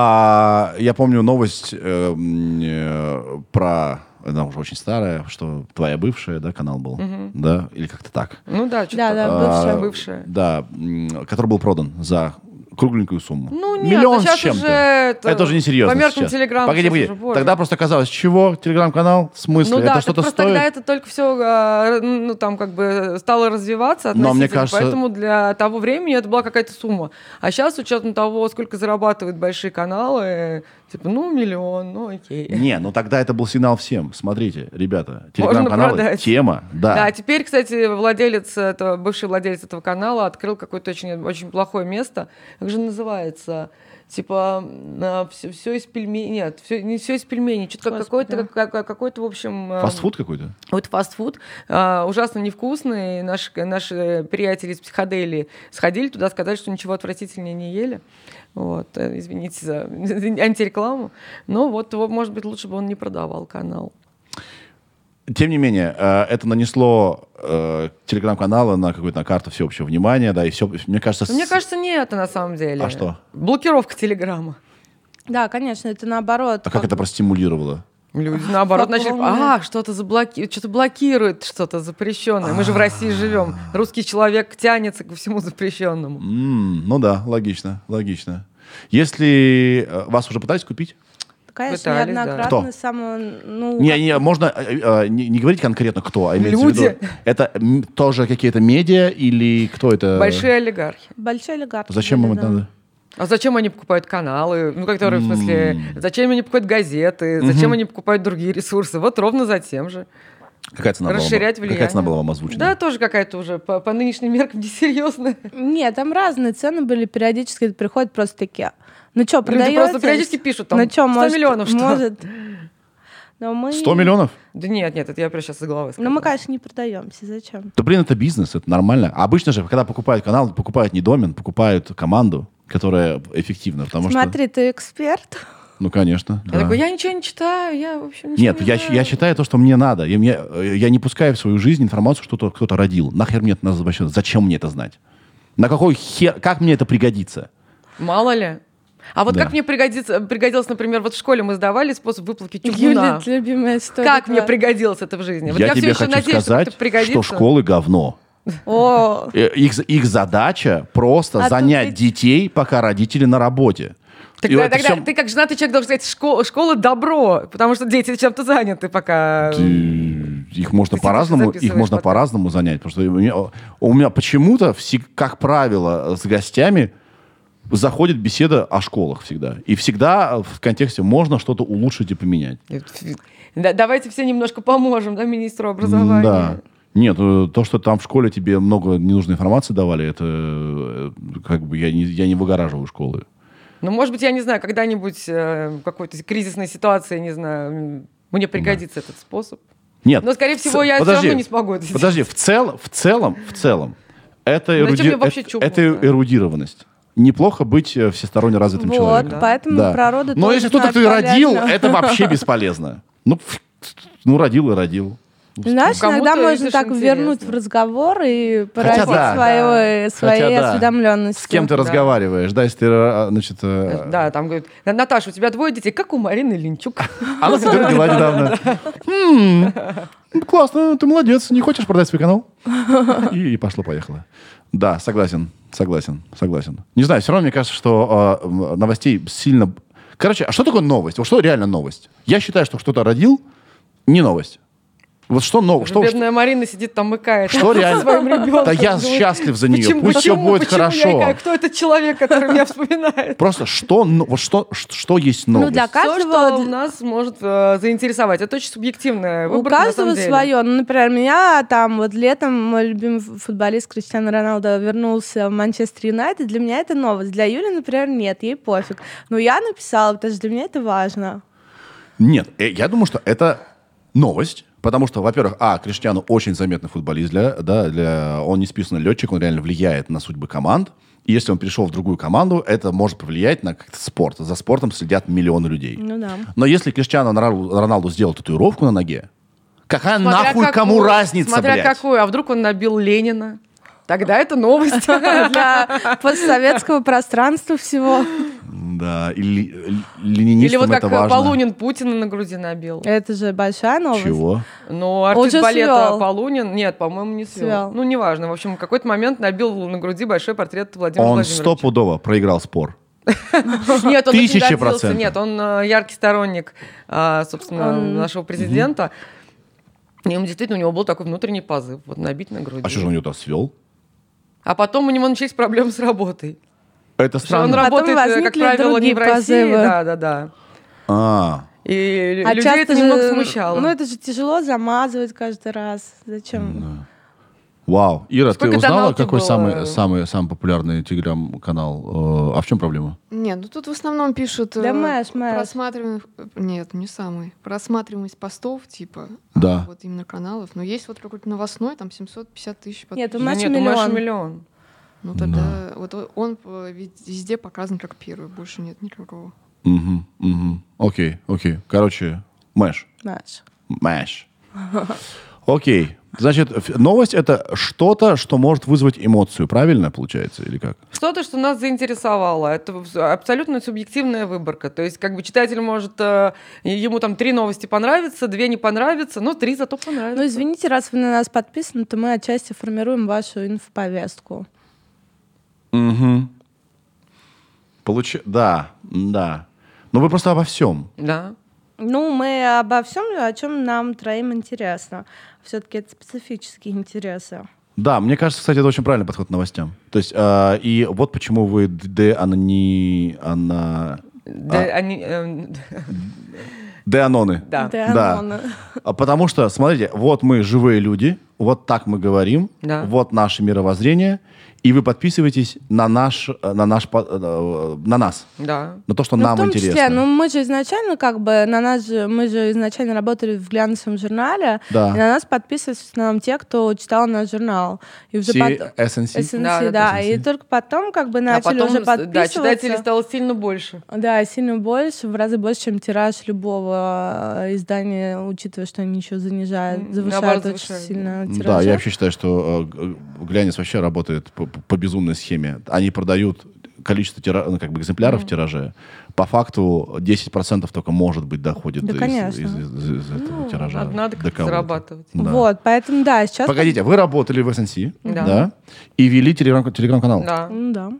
А, я помню новость э, м, э, про, она уже очень старая, что твоя бывшая, да, канал был, да, или как-то так.
Ну да, что
Да, да,
бывшая.
бывшая.
А,
бывшая.
Да, м, который был продан за кругленькую сумму.
Ну нет,
Миллион
ну сейчас
с чем-то.
уже это-
уже несерьезно
по меркам
сейчас.
Телеграма
Погоди,
сейчас
погоди.
уже, боже.
Тогда просто казалось, чего? Телеграм-канал? В смысле?
Ну да,
это
так
что-то
просто
стоит?
тогда это только все, ну там как бы стало развиваться
Но Ну, а мне
относительно,
кажется-
поэтому для того времени это была какая-то сумма. А сейчас, с учетом того, сколько зарабатывают большие каналы, типа, ну, миллион, ну, окей.
Не, ну тогда это был сигнал всем. Смотрите, ребята,
Можно
телеграм-канал
продать.
тема, да.
Да, А теперь, кстати, владелец этого, бывший владелец этого канала открыл какое-то очень, очень плохое место. Как же называется? Типа, все, из пельменей. Нет, все, не все из пельменей. Что-то как-
Господи.
какое-то, как- как- какое-то, в общем... э,
Фастфуд какой-то?
Вот фастфуд а, ужасно невкусный. Наши, наши приятели из психоделии сходили туда, сказали, что ничего отвратительнее не ели. Вот, э, извините за антирекламу. Но вот, вот, может быть, лучше бы он не продавал канал.
Тем не менее, э, это нанесло э, телеграм-канала на какую-то на карту всеобщего внимания, да, и все, мне кажется...
Но Ну, мне
с-
кажется, не это на самом деле.
А что?
Блокировка Телеграма.
Да, конечно, это наоборот.
А как это простимулировало?
Люди наоборот
Факт
начали,
волны.
а, что-то заблокирует, что-то блокирует, что-то запрещенное. Мы же в
А.
России живем. Русский человек тянется ко всему запрещенному.
М, ну да, логично, логично. Если э, вас уже пытались купить?
Конечно,
Пытались, да.
неоднократно
Кто?
само... Ну,
Не, не, можно э, э, не, не говорить конкретно кто, а имеется в
Люди.
виду, это м, тоже какие-то медиа или кто это?
Большие олигархи.
Большой олигарх.
Зачем
были,
им это
да.
надо?
А зачем они покупают каналы? Ну, которые, в смысле, зачем они покупают газеты? Зачем они покупают другие ресурсы? Вот ровно затем же.
Какая цена была вам-
Расширять влияние.
Какая цена была вам озвучена?
Да, тоже какая-то уже по, по нынешним меркам несерьезная.
Нет, там разные цены были, периодически приходят просто такие. Ну что,
Люди
продаете?
просто периодически пишут там
ну, чё,
100
может,
миллионов, что?
Может. Но мы...
100 миллионов?
Да нет, нет, это я прям сейчас из головы
Ну, мы,
сказала.
конечно, не продаемся. Зачем?
Да блин, это бизнес, это нормально. А Обычно же, когда покупают канал, покупают не домен, покупают команду, которая эффективна, потому
Смотри, ты эксперт.
что... Ну, конечно.
Я
да.
такой, я ничего не читаю, я, в общем, ничего
Нет,
не
я,
знаю».
я считаю то, что мне надо. Я, мне- э, я не пускаю в свою жизнь информацию, что то- кто-то родил. Нахер мне это надо вообще? Зачем мне это знать? На какой хер... Как мне это пригодится?
Мало ли. А вот
Да.
как мне пригодится, пригодилось, например, вот в школе мы сдавали способ выплаты чугуна.
Юлит, любимая история.
Ну, Как мне
твоя.
пригодилось это в жизни? Вот
я,
всё
тебе
ещё
хочу
надеюсь, что
сказать,
это пригодится.
что школы говно.
О,
Э, Их, за- их задача просто
А тут
занять
ведь-
детей, пока родители на работе. И
Тогда,
это
тогда
всё-
ты как женатый человек должен сказать, школа, школа добро, потому что дети чем-то заняты пока.
Ты- их можно
Ты сидишь и
по-разному, их
записываешь
можно
подкаст.
по-разному занять, потому что у меня, у меня почему-то всег- как правило с гостями заходит беседа о школах всегда, и всегда в контексте можно что-то улучшить и поменять.
Да, давайте все немножко поможем, да, министру образования.
Да. Нет, э, то, что там в школе тебе много ненужной информации давали, это э, как бы я не, я не выгораживаю школы.
Ну, может быть, я не знаю, когда-нибудь э, в какой-то кризисной ситуации, не знаю, м, мне пригодится этот способ.
Нет.
Но, скорее
в
всего,
ц-
я всё
подожди,
равно не смогу это сделать.
Подожди, в целом, в целом, в целом, это,
Ну, зачем
эруди-
мне вообще
это-
чуб
это
нужна? всесторонне
эрудированность. Неплохо быть э, всесторонне развитым
Вот,
человеком.
поэтому про роды
Но
тоже
если кто-то
знать
ты родил,
полезно.
это вообще бесполезно. Ну, ф- ну родил и родил.
Знаешь,
Ну, кому-то,
иногда можно
видишь,
так
интересно.
вернуть в разговор и поразить
да.
своей, своей
Хотя да.
осведомленностью.
С кем ты
Да.
разговариваешь, да, если ты, э, значит... э,
Да, там говорят, «На- Наташа, у тебя двое детей, как у Марины Линчук.
Она с тобой родила недавно. М, ну, Классно, ты молодец. Не хочешь продать свой канал? И, и пошло-поехало. Да, согласен, согласен, согласен. Не знаю, все равно мне кажется, что э, м, новостей сильно... Короче, а что такое новость? Вот что реально новость? Я считаю, что кто-то родил, не новость. Вот что новость? Что,
Бедная Марина сидит там, мыкает.
что реально?
своим ребенком.
Да я
Думаю,
счастлив за нее. Пусть все будет
почему я
хорошо.
играю? кто этот человек, который меня вспоминает?
Просто что, но- вот что, ш- что есть новость?
для
Все,
Каждого
что
для-
нас может э, заинтересовать. Это очень субъективное
У
выбор.
каждого свое. Ну, например, меня там вот летом мой любимый ф- футболист Криштиану Роналдо вернулся в Манчестер Юнайтед. Для меня это новость. Для Юли, например, нет, ей пофиг. Но я написала, потому что для меня это важно.
Нет, э, я думаю, что это новость. Потому что, во-первых, а, Криштиану очень заметный футболист, для, да, для, он не списанный летчик, он реально влияет на судьбы команд. И если он перешел в другую команду, это может повлиять на как-то спорт. За спортом следят миллионы людей.
Ну да.
Но если Криштиану Роналду Роналду сделал татуировку на ноге, какая нахуй кому разница,
Смотря
блядь?
какую. А вдруг он набил Ленина? Тогда это новость.
Для постсоветского пространства всего.
Да, и ли- ли- ленинистам
Или вот как э,
это важно.
Полунин Путина на груди набил.
Это же большая новость.
Чего?
Ну,
Э, Он
артист
же
балета
свёл.
Полунин, нет, по-моему, не свел.
Свёл.
Ну, неважно. В общем, в какой-то момент набил на груди большой портрет Владимира
Он
Владимировича.
стопудово проиграл спор.
Нет, он
Тысяча
очень гордился.
процентов.
Нет, он э, яркий сторонник, а, собственно,
Он-
нашего президента. И он действительно, у него был такой внутренний позыв, вот набить на груди.
А что же он ее-то свел?
А потом у него начались проблемы с работой.
Это
Потому что
странно.
он работает, э, как
возникли
правило, не
другие
в России.
позывы.
Да, да, да.
А,
И
А
людей
часто
это
же-
немного смущало.
Ну, это же тяжело замазывать каждый раз. Зачем?
Вау. Ира,
Сколько
ты узнала,
каналов тебе
какой
было?
самый, самый, самый популярный телеграм-канал? Э, А в чем проблема?
Не, ну тут в основном пишут... э,
Да мэш, мэш.
Просматриваемых... Нет, не самый. Просматриваемость постов, типа. а
Да.
Вот именно каналов. Но есть вот какой-то новостной, там 750 тысяч
Нет, у
Да
подписчиков.
Маши
нет, у Маши
миллион.
миллион.
Ну тогда вот о- он э, ведь везде показан как первый, больше нет никакого.
Мгм, мгм. Окей, окей. Короче, Мэш.
Знаешь.
Мэш. Окей. Значит, ф- новость это что-то, что может вызвать эмоцию, правильно получается, или как?
Что-то, что нас заинтересовало. Это вс- абсолютно субъективная выборка. То есть, как бы читатель может... э, ему там три новости понравятся, две не понравятся, но три зато понравятся.
Ну, извините, раз вы на нас подписаны, то мы отчасти формируем вашу инфоповестку.
Угу. Получи... Да, да. Но вы просто обо всем.
Да.
Ну, мы обо всем, о чем нам троим интересно. Все-таки это специфические интересы.
Да, мне кажется, кстати, это очень правильный подход к новостям. То есть, э, и вот почему вы д анани... Ана...
Да, они, эм,
Деаноны.
да.
Да,
Да.
ну, ну.
А Потому что, смотрите, вот мы живые люди, вот так мы говорим,
Да.
вот наше мировоззрение, и вы подписываетесь на наш, э, на наш, по- э, на нас,
Да.
на то, что
Ну,
нам
в том
интересно.
числе, ну мы же изначально как бы на нас же мы же изначально работали в глянцевом журнале,
Да.
и на нас подписывались в основном те, кто читал наш журнал, и уже
Си-
пот-
SNC.
SNC,
Да, да,
да, и
SNC.
только потом как бы
А
начали
потом
уже
с- да,
подписываться.
читателей стало сильно больше.
Да, сильно больше, в разы больше, чем тираж любого э, издания, учитывая, что они еще занижают,
М,
завышают
наоборот,
очень
завышают,
сильно тираж.
Да, э, я вообще считаю, что э, г- глянец вообще работает по, по безумной схеме. Они продают количество тира- ну, как бы экземпляров в тираже, по факту 10% только может быть доходит
Да,
из-
конечно. Ну,
из, из- из этого тиража.
надо- надо
до
как-то
кого-то.
зарабатывать.
Да.
Вот, поэтому да, сейчас...
Погодите, вы работали в СНС, да.
Да.
и вели телеграм- телеграм-канал.
Да.
М, ну Да.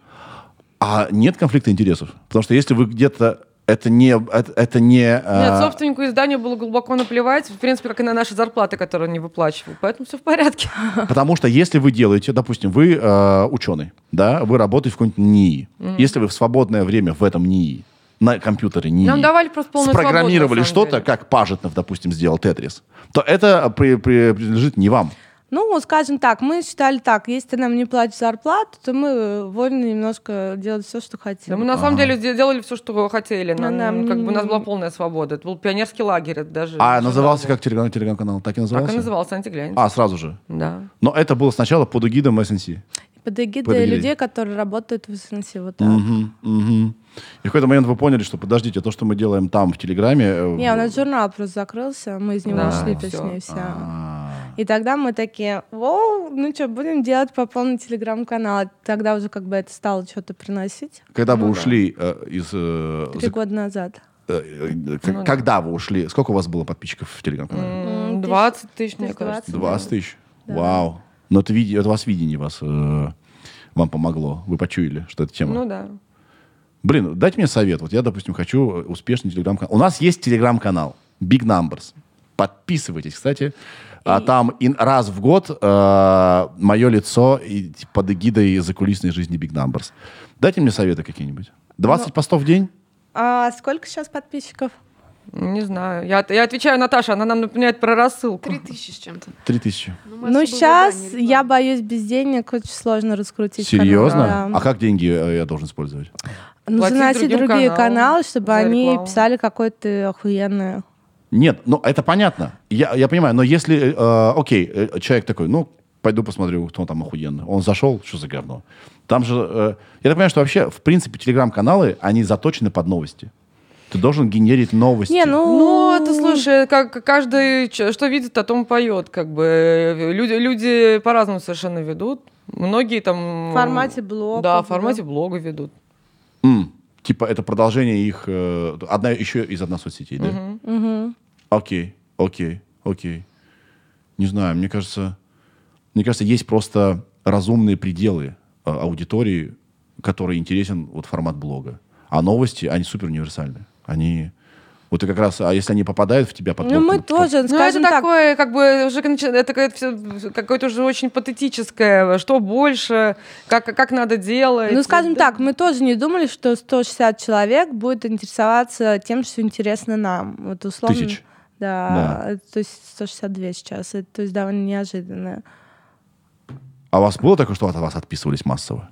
А нет конфликта интересов? Потому что если вы где-то... Это не... Это, это не
Нет,
а,
собственнику изданию было глубоко наплевать, в принципе, как и на наши зарплаты, которые он не выплачивал. Поэтому все в порядке.
Потому что если вы делаете, допустим, вы э, ученый, да, вы работаете в каком-нибудь НИИ, если вы в свободное время в этом НИИ, на компьютере НИИ,
Нам давали просто Ну, полную свободу,
спрограммировали
на самом
что-то,
деле.
как Пажетнов, допустим, сделал Тетрис, то это при- при- принадлежит не вам.
Ну, скажем так, мы считали так, если ты нам не платишь зарплату, то мы э, вольны немножко делать все, что хотим.
Да
Типа,
мы на самом деле де- делали все, что хотели. Нам,
Ну, нам
как
не-
бы у нас была полная свобода. Это был пионерский лагерь, это даже.
А
всё
назывался
было.
как телеграм- телеграм-канал? Так и назывался?
Так и назывался антиглянец.
А, сразу же.
Да.
Но это было сначала под эгидом СНС.
Под
Под
эгидой
эгидой.
людей, которые работают в СНС, вот так.
Мгм, мгм. И в какой-то момент вы поняли, что подождите, то, что мы делаем там, в Телеграме... э,
Не, у нас журнал просто закрылся, мы из него
Да,
ушли,
всё.
точнее, все.
А.
И тогда мы такие, воу, ну что, будем делать по полному телеграм-канал. Тогда уже как бы это стало что-то приносить.
Когда вы ушли э, из... э,
Три
за-
года назад.
Э, э, к- Когда вы ушли? Сколько у вас было подписчиков в телеграм-канале?
М,
тысяч-
20 тысяч, мне
тысяч
кажется.
20 тысяч. Вау. Но это, види- это вас видение вас э, вам помогло. Вы почуяли, что это тема.
Ну да.
Блин, дайте мне совет. Вот я, допустим, хочу э, успешный телеграм-канал. У нас есть телеграм-канал Big Numbers. Подписывайтесь, кстати. А там ин- раз в год мое лицо и т- под эгидой закулисной жизни Big Numbers. Дайте мне советы какие-нибудь.
Ну,
20 постов в день?
А сколько сейчас подписчиков?
Не знаю. Я, я отвечаю Наташа, она нам напоминает про рассылку.
Три тысячи с чем-то.
3000.
Ну, сейчас я боюсь без денег, очень сложно раскрутить. канал,
Серьезно?
да.
А как деньги э, я должен использовать?
Нужно
Платить
носить
другим
другие
каналам
каналы, чтобы
за
они
рекламу.
писали какое-то охуенное.
Нет, ну это понятно. Я, я понимаю, но если, э, окей, э, человек такой, ну, пойду посмотрю, кто там охуенный. Он зашел, что за говно. Там же, э, я так понимаю, что вообще, в принципе, телеграм-каналы, они заточены под новости. Ты должен генерить новости.
Не, ну...
Ну, это, слушай, как каждый, ч- что видит, о том поет, как бы. Люди, люди по-разному совершенно ведут. Многие
В
там...
формате блога.
Да, в формате блога ведут.
М, типа, это продолжение их, э, одна еще из одной соцсетей, да? Окей, окей, окей. Не знаю, мне кажется, мне кажется, есть просто разумные пределы э, аудитории, которой интересен вот формат блога. А новости, они супер универсальны. Они вот и как раз, а если они попадают в тебя под типа,
Ну,
блок,
мы
под-
тоже,
Ну,
скажем
это
так,
такое, как бы, уже конч- это какое-то, всё- какое-то уже очень патетическое. Что больше, как, как надо делать.
Ну, скажем так, мы тоже не думали, что 160 человек будет интересоваться тем, что интересно нам. Вот условно.
Тысяч.
Да, то есть 162 сейчас. Это то есть довольно неожиданно.
А у вас было такое, что от вас отписывались массово?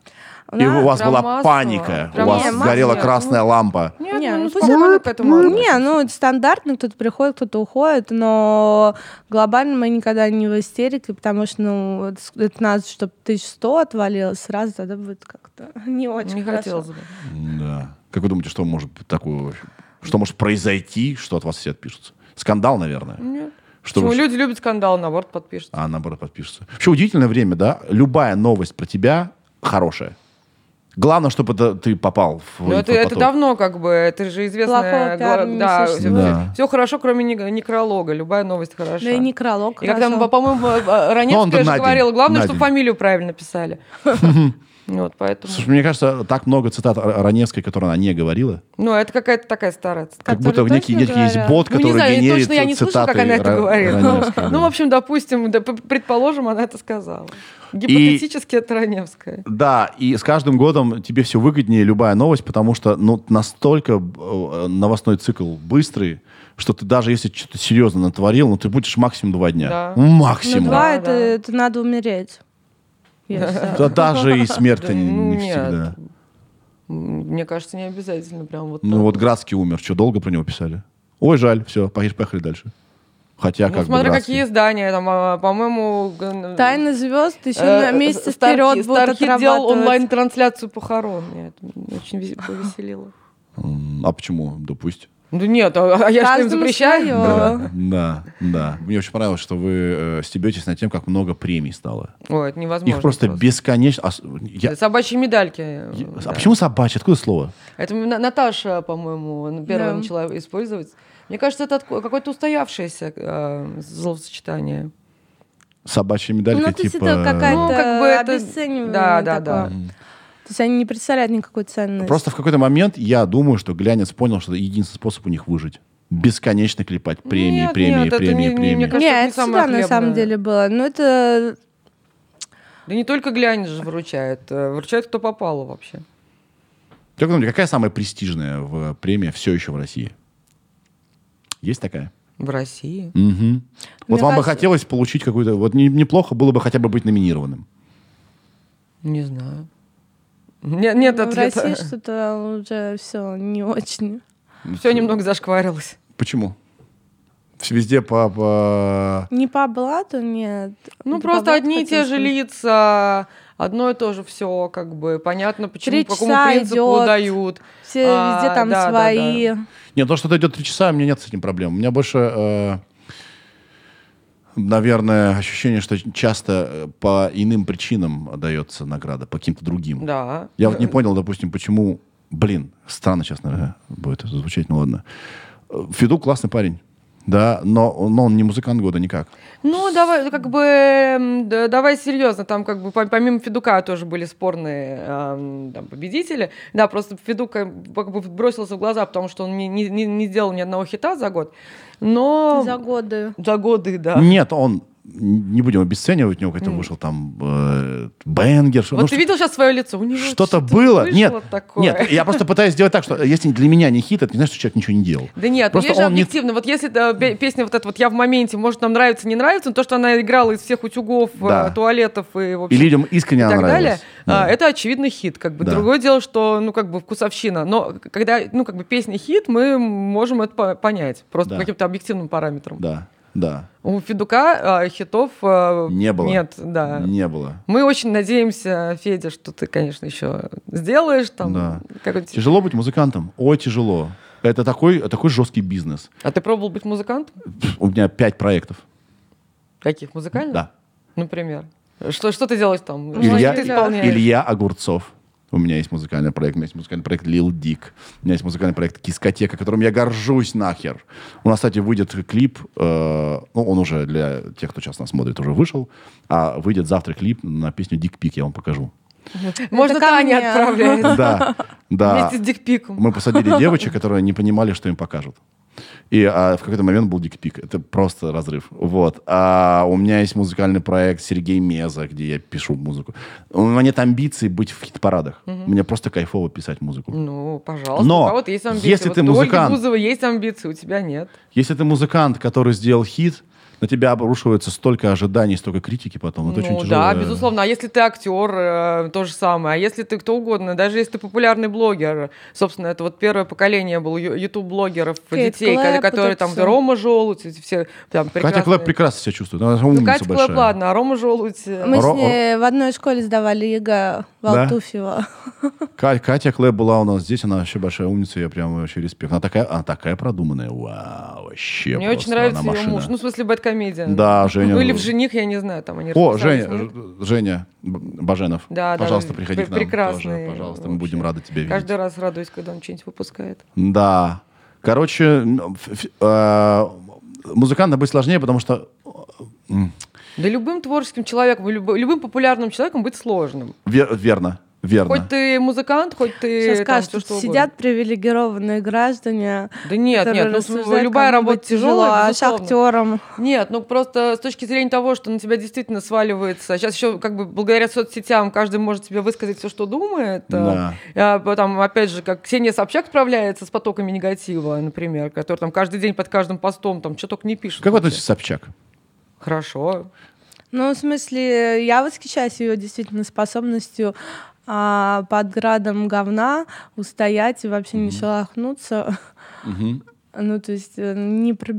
У
И
нас-
у вас
прям
была
массово.
паника,
Прям
у вас
массово.
горела
Нет,
красная лампа.
Нет,
Не,
ну,
ну,
ну,
пусть-
спокойно к этому
Ну,
относимся.
не, ну это стандартно, кто-то приходит, кто-то уходит, но глобально мы никогда не в истерике, потому что, ну, это с- это надо, чтобы 1100 отвалилось сразу, тогда будет как-то не очень
Не
хорошо.
хотелось бы.
Да. Как вы думаете, что может быть такое, вообще? что может произойти, что от вас все отпишутся? Скандал, наверное.
Нет.
Что
Почему
вы-
люди любят скандал, наоборот, подпишут.
А наоборот подпишутся. Вообще удивительное время, да? Любая новость про тебя хорошая. Главное, чтобы это ты попал в
Ну, это, это
инфопоток.
давно как бы, это же
Плохого
известно.
пиара не
все,
существует.
Да.
хорошо, кроме не- некролога. Любая новость хороша.
Да и некролог.
И когда мы,
хорошо.
по-моему, э, э,
Ну, он
Раневская
на
же
день,
говорила, главное,
на
чтобы
день.
фамилию правильно писали. Вот, поэтому...
Слушай, мне кажется, так много цитат Р- Раневской, которые она не говорила.
Ну, это какая-то такая старая цитата.
Как будто
Которые
в некий,
точно
некий есть
говорят?
бот,
Ну,
который
не знаю, я
генерит
точно я не
цитаты
слышу, как она это
Ра-
говорила.
Раневской,
Ну, в
да.
общем, допустим, да, п- предположим, она это сказала. Гипотетически это Раневская.
Да, и с каждым годом тебе все выгоднее любая новость, потому что ну, настолько э, новостной цикл быстрый, что ты даже если что-то серьезно натворил, ну ты будешь максимум два дня.
Да.
Ну,
Максимум.
два,
Да,
это,
да.
это надо умереть. Я считаю.
Да даже и смерть
Да, ну,
не
нет.
всегда.
М, Мне кажется, не обязательно прям вот
Ну
так.
вот Градский умер, что долго про него писали? Ой, жаль, все, поехали дальше. Хотя
Ну,
как
смотря
бы Градский.
какие издания, там, а, по-моему... г-
Тайны звезд еще на
э,
месяц
Стархи-
вперед будут
Стархи делал
отрабатывать.
онлайн-трансляцию похорон. Меня это очень вес- повеселило.
М, А почему? Да пусть.
Ну нет, а, а я что им
Каждому
запрещаю?
своё.
Да, да, да. Мне очень понравилось, что вы э, стебетесь над тем, как много премий стало.
Ой, это невозможно.
Их просто бесконечно. а с- я-
Это Собачьи медальки. э,
я-
да.
А почему собачье? Откуда слово?
Это На- Наташа, по-моему, н- первая
Да.
начала использовать. Мне кажется, это отко- какое-то устоявшееся э, словосочетание.
Собачья
Ну,
медалька
то есть
типа...
это какая-то
Ну, как бы это-
обесценивание
да, да, да.
такое. То есть они не представляют никакой ценности.
Просто в какой-то момент я думаю, что глянец понял, что это единственный способ у них выжить. Бесконечно клепать премии,
Нет,
премии,
нет, это
премии,
не- не-
премии.
мне кажется,
не,
это не
это
самое
всегда на самом
хлебное.
деле было. Но это
Да не только глянь же выручает. э, Выручает кто попало вообще.
Как вы думаете, какая самая престижная в э, премия все еще в России? Есть такая?
В России.
Мгм. Вот вам бы
кажется-
хотелось получить какую-то... Вот не- неплохо было бы хотя бы быть номинированным.
Не знаю. Не- нет
ну, в
ответа.
России что-то уже все не очень.
Все немного зашкварилось.
Почему? Вс- Везде по... по-
Не по блату, нет.
Ну,
Да по
просто
блату
одни и те
хотелось
же
бы.
лица, одно и то же все, как бы понятно, почему,
Три
по какому
часа
принципу
идёт.
дают.
Все
А,
везде там
да, да,
свои.
Нет, то, что это идет три часа, у меня нет с этим проблем. У меня больше, э, наверное, ощущение, что часто э, по иным причинам дается награда, по каким-то другим.
Да.
Я вот не понял, допустим, почему... Блин, странно сейчас, наверное, будет это звучать, ну ладно. Э, Федук классный парень, да, но, он- но он не музыкант года никак.
Ну, давай, ну, как бы, м, да- давай серьезно, там, как бы, пом- помимо Федука тоже были спорные эм, там, победители. Да, просто Федук как бы бросился в глаза, потому что он не, не- не- не сделал ни одного хита за год. Но...
За годы.
За годы, да.
Нет, он, н- не будем обесценивать, у него какой-то вышел там э, бенгер. что-
Вот
ну,
ты
что-
видел сейчас свое лицо? У него
Что-то было.
вышло
Нет,
такое.
нет, я просто пытаюсь сделать так, что если для меня не хит, это не значит, что человек ничего не делал.
Да нет,
Просто
просто же
он не-
объективно. Вот если да, пе- песня вот эта вот «Я в моменте», может, нам нравится, не нравится, но то, что она играла из всех утюгов, э,
Да.
туалетов и, в
И
общем,
людям искренне
и
она
так
нравилась.
далее,
Да.
а, это очевидный хит. Как бы.
Да.
Другое дело, что, ну, как бы вкусовщина. Но когда, ну, как бы песня хит, мы можем это по- понять. Просто
Да.
по каким-то объективным параметрам.
Да, да.
У Федука а, хитов а,
Не было.
Нет, да.
Не было.
Мы очень надеемся, Федя, что ты, конечно, еще сделаешь там
Да.
какой-нибудь-
Тяжело быть музыкантом? Ой, тяжело. Это такой, такой жесткий бизнес.
А ты пробовал быть музыкантом?
Пф, У меня пять проектов.
Каких музыкальных?
Да.
Например. Что, что ты делаешь там? Что
Илья,
ты исполняешь?
Илья Огурцов. У меня есть музыкальный проект. У меня есть музыкальный проект Lil Dick. У меня есть музыкальный проект Кискотека, которым я горжусь нахер. У нас, кстати, выйдет клип. э, ну, он уже для тех, кто сейчас нас смотрит, уже вышел. А выйдет завтра клип на песню Дик Пик. Я вам покажу.
Можно
Это ко
Таня
мне.
отправляет.
Да, да.
Вместе с дикпиком.
Мы посадили девочек, которые не понимали, что им покажут. И а, в какой-то момент был дикпик. Это просто разрыв. Вот. А у меня есть музыкальный проект Сергей Меза, где я пишу музыку. У меня нет амбиций быть в хит-парадах. Мне просто кайфово писать музыку.
Ну, пожалуйста,
Но
у кого-то есть амбиции.
если
Вот
ты
у Ольги
музыкант-
Бузовой есть амбиции, у тебя нет.
Если ты музыкант, который сделал хит, на тебя обрушивается столько ожиданий, столько критики потом. Это
ну
очень тяжело.
да, безусловно. А если ты актер, э, то же самое. А если ты кто угодно, даже если ты популярный блогер, собственно, это вот первое поколение было ю- ютуб-блогеров,
Кейт
детей, ко-
Клэп,
которые
это
там
всё.
Рома Желудь, эти все там
Катя
прекрасные.
Клэп прекрасно себя чувствует. Она
Ну,
умница
Катя Клэп,
большая.
ладно, а Рома Желудь... э,
Мы с
Ро-
ней в одной школе сдавали ЕГЭ
Да?
Валтуфьева.
Ка- Катя Клэп была у нас здесь, она вообще большая умница, я прям вообще респект. Она такая, она такая продуманная, вау, вообще
Мне
просто,
очень нравится
она
ее
машина.
муж. Ну, в смысле, бэткомедиан.
Да, Женя.
Ну, или в «Жених», я не знаю, там они
О,
расписались,
Женя,
может.
Ж- Женя Б- Баженов,
Да, да,
пожалуйста,
да,
приходи
пр-
к нам
прекрасный
тоже, пожалуйста, мы
вообще.
будем рады тебя видеть.
Каждый раз радуюсь, когда он что-нибудь выпускает.
Да, короче, м, ф- ф- э, музыкантам быть сложнее, потому что э, м,
Да любым творческим человеком, люб- любым популярным человеком быть сложным.
ве- верно, верно.
Хоть ты музыкант, хоть ты
Сейчас
там
скажут,
всё,
тут
что угодно.
сидят привилегированные граждане.
Да нет,
которые
нет, ну, в смысле,
рассуждают,
любая
кому
работа
быть тяжело,
тяжелая,
а
безусловно.
шахтерам.
Нет, ну просто с точки зрения того, что на тебя действительно сваливается. Сейчас еще как бы благодаря соцсетям каждый может тебе высказать все, что думает.
Да.
А, а, Там, опять же, как Ксения Собчак справляется с потоками негатива, например, который там каждый день под каждым постом там что только не пишет.
Как вы
вообще.
относитесь к Собчак?
Хорошо.
Ну, в смысле, я восхищаюсь ее действительно способностью а, под градом говна устоять и вообще не шелохнуться.
Мгм.
Ну, то есть э,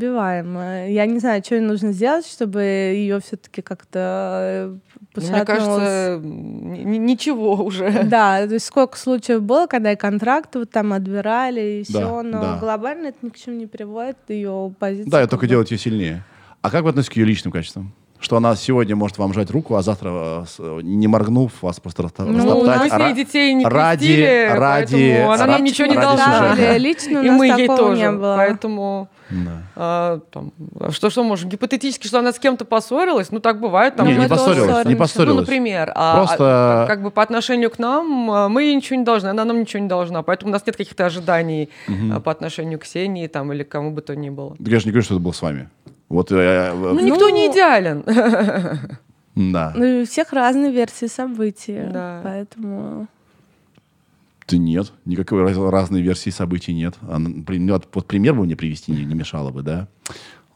непробиваемая. Я не знаю, что ей нужно сделать, чтобы ее все-таки как-то э,
Ну, Мне
пошатнулось.
кажется, м, ни- ничего уже.
Да, то есть сколько случаев было, когда и контракты вот там отбирали, и
Да,
все, но
да.
глобально это ни к чему не приводит, ее позиция.
Да, это
как
только
бы-
делает ее сильнее. А как вы относитесь к ее личным качествам? Что она сегодня может вам жать руку, а завтра, э, с- э, не моргнув, вас просто раста-
Ну,
Ну,
растоптать,
мы с
а
ней
ра-
детей не
ради-
крестили,
ради-
поэтому она нам
ради-
ничего не
ради
должна.
сюжета.
Да, лично у
И
нас
мы ей
такого
тоже.
не было.
Поэтому
Да.
а, там, что что может гипотетически, что она с кем-то поссорилась, ну так бывает. Там,
Не,
мы
не
тоже
поссорилась, не
ссоримся.
ну,
поссорилась.
например, а-
Просто-
а как бы по отношению к нам а, мы ей ничего не должны, она нам ничего не должна, поэтому у нас нет каких-то ожиданий а, по отношению к Ксении там или к кому бы то ни было.
Так Я же не говорю, что это было с вами. Вот, э, э,
Ну,
э,
никто
Ну,
не идеален.
да.
Ну, и у всех разные версии событий,
Да.
поэтому...
Ты нет, никакой раз- разной версии событий нет. А, ну, при- ну, вот, вот пример бы мне привести не, не мешало бы, да?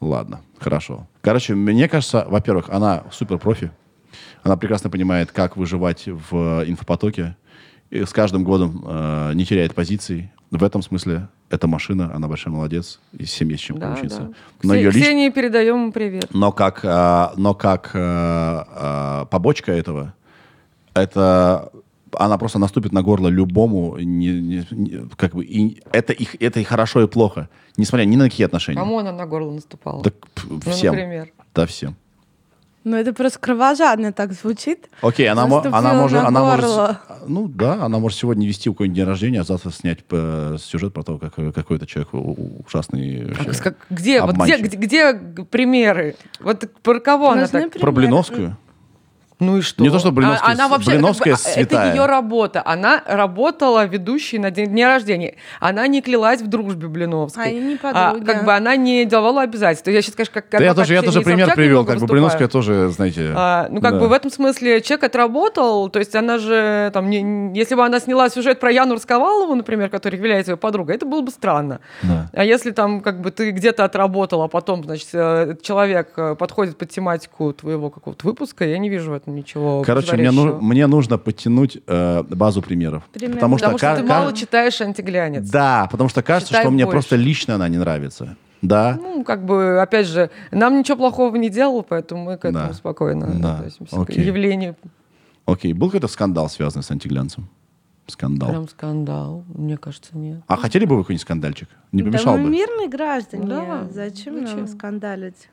Ладно, хорошо. Короче, мне кажется, во-первых, она супер профи. Она прекрасно понимает, как выживать в э, инфопотоке. И с каждым годом э, не теряет позиций. В этом смысле эта машина, она большой молодец. И всем есть чем
Да,
поучиться.
да.
Но
Ксе-
ее лич-
Ксении передаем ему привет.
но как, э, но как э, э, побочка этого, это она просто наступит на горло любому, не- не- не- как бы и это их это и хорошо и плохо, несмотря ни на какие отношения.
Кому она на горло наступала?
Да к- п-
Ну,
всем,
например.
да всем.
Ну, это просто кровожадно так звучит.
Окей, она, мо- она
Наступила
может,
на
она может,
горло.
ну да, она может сегодня вести у кого-нибудь день рождения, а завтра снять э, сюжет про то, как э, какой-то человек у- у- ужасный.
А
вообще.
с как- где, вот где,
Обманщик.
где, где г- примеры? Вот про кого она
Нужны
так?
примеры.
Про Блиновскую?
Ну и что?
Не то, что
А-
Блиновская
она
с-
вообще,
Блиновская
как бы, а,
святая.
Это ее работа. Она работала ведущей на день дня рождения. Она не клялась в дружбе Блиновской.
Они не
А,
подруги.
как бы она не давала обязательств. Я сейчас, конечно, как
Да я
адвокат
тоже, я тоже
Ксении
пример
Собчак
привел,
немного
как бы
выступаю.
Блиновская тоже, знаете.
А, ну, как
да.
бы в этом смысле человек отработал, то есть она же, там, не- не- если бы она сняла сюжет про Яну Расковалову, например, которая является ее подругой, это было бы странно.
Да.
А если там, как бы, ты где-то отработал, а потом, значит, э, человек э, подходит под тематику твоего какого-то выпуска, я не вижу в этом ничего
Короче, мне, ну-
противоречивого.
мне нужно подтянуть э, базу примеров.
Примерно.
Потому что,
Потому что
ка-
ты
ка-
мало читаешь антиглянец.
Да, потому что кажется,
Читай
что мне
больше.
просто лично она не нравится. Да.
Ну, как бы, опять же, нам ничего плохого не делал, поэтому мы к этому
Да.
спокойно
Да.
относимся. к
Окей.
явлению
Окей, был какой-то скандал, связанный с антиглянцем? Скандал.
прям скандал, мне кажется, нет.
А хотели бы вы какой-нибудь скандальчик? Не
Да
помешал
мы
бы.
мирные граждане.
Да,
Зачем
зачем?
нам скандалить?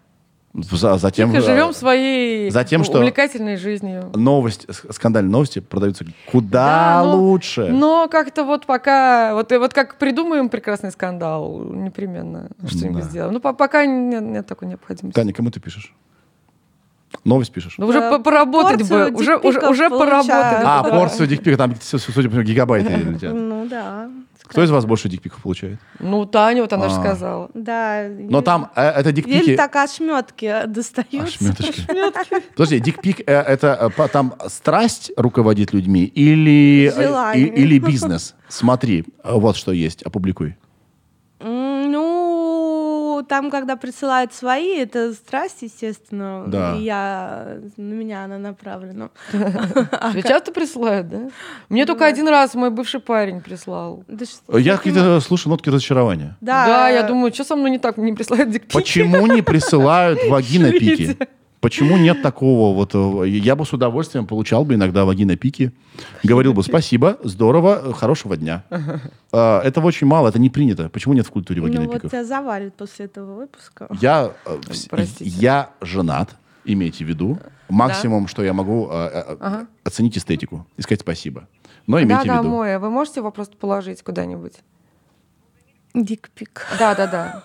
За- затем
Тихо
э,
живем своей
за тем, что-
увлекательной жизнью.
новость, с- скандальные новости продаются куда
Да, ну, но-
лучше.
Но как-то вот пока... Вот, и вот как придумаем прекрасный скандал, непременно что-нибудь
Да.
сделаем. Ну, по- пока нет, нет такой необходимости.
Таня, кому ты пишешь? Новость пишешь?
Ну, уже
Э,
по- поработать бы.
порцию типа
Уже, уже,
дикпиков
уже поработать.
получаю.
бы,
а,
да.
порцию дикпика, там, с- с- судя по всему, гигабайты летят.
Ну да.
Кто из вас больше дикпиков получает?
Ну, Таня, вот она же
А.
сказала.
Да.
Но там э, это дикпики...
Еле так ошметки достаются.
Ошметочки. А, Подожди, дикпик э, это э, по- там страсть руководит людьми или, э,
Желание.
и- или бизнес? Смотри, э, вот что есть, опубликуй.
М, Ну, там, когда присылают свои, это страсть, естественно.
Да.
И я, на меня она направлена. А,
Тебе часто присылают, да?
Ну
Мне только один раз мой бывший парень прислал.
Да что
Э, Я
ты
какие-то слышу нотки разочарования.
Да,
я думаю, что со мной не так? Мне присылают дикпики.
Почему не присылают вагина пики?
Шлите.
Почему нет такого? Вот э, я бы с удовольствием получал бы иногда вагина пики, говорил бы спасибо, здорово, э, хорошего дня. Э, Этого очень мало, это не принято. Почему нет в культуре
Ну
вагина
вот
пиков?
тебя завалит после этого выпуска.
Я, э, вс-
Простите.
я женат, имейте в виду. Максимум, что я могу э, э,
Ага.
оценить эстетику и сказать спасибо. Но ну, имейте в
Да-да,
виду.
мой, а вы можете его просто положить куда-нибудь?
Дикпик.
Да-да-да.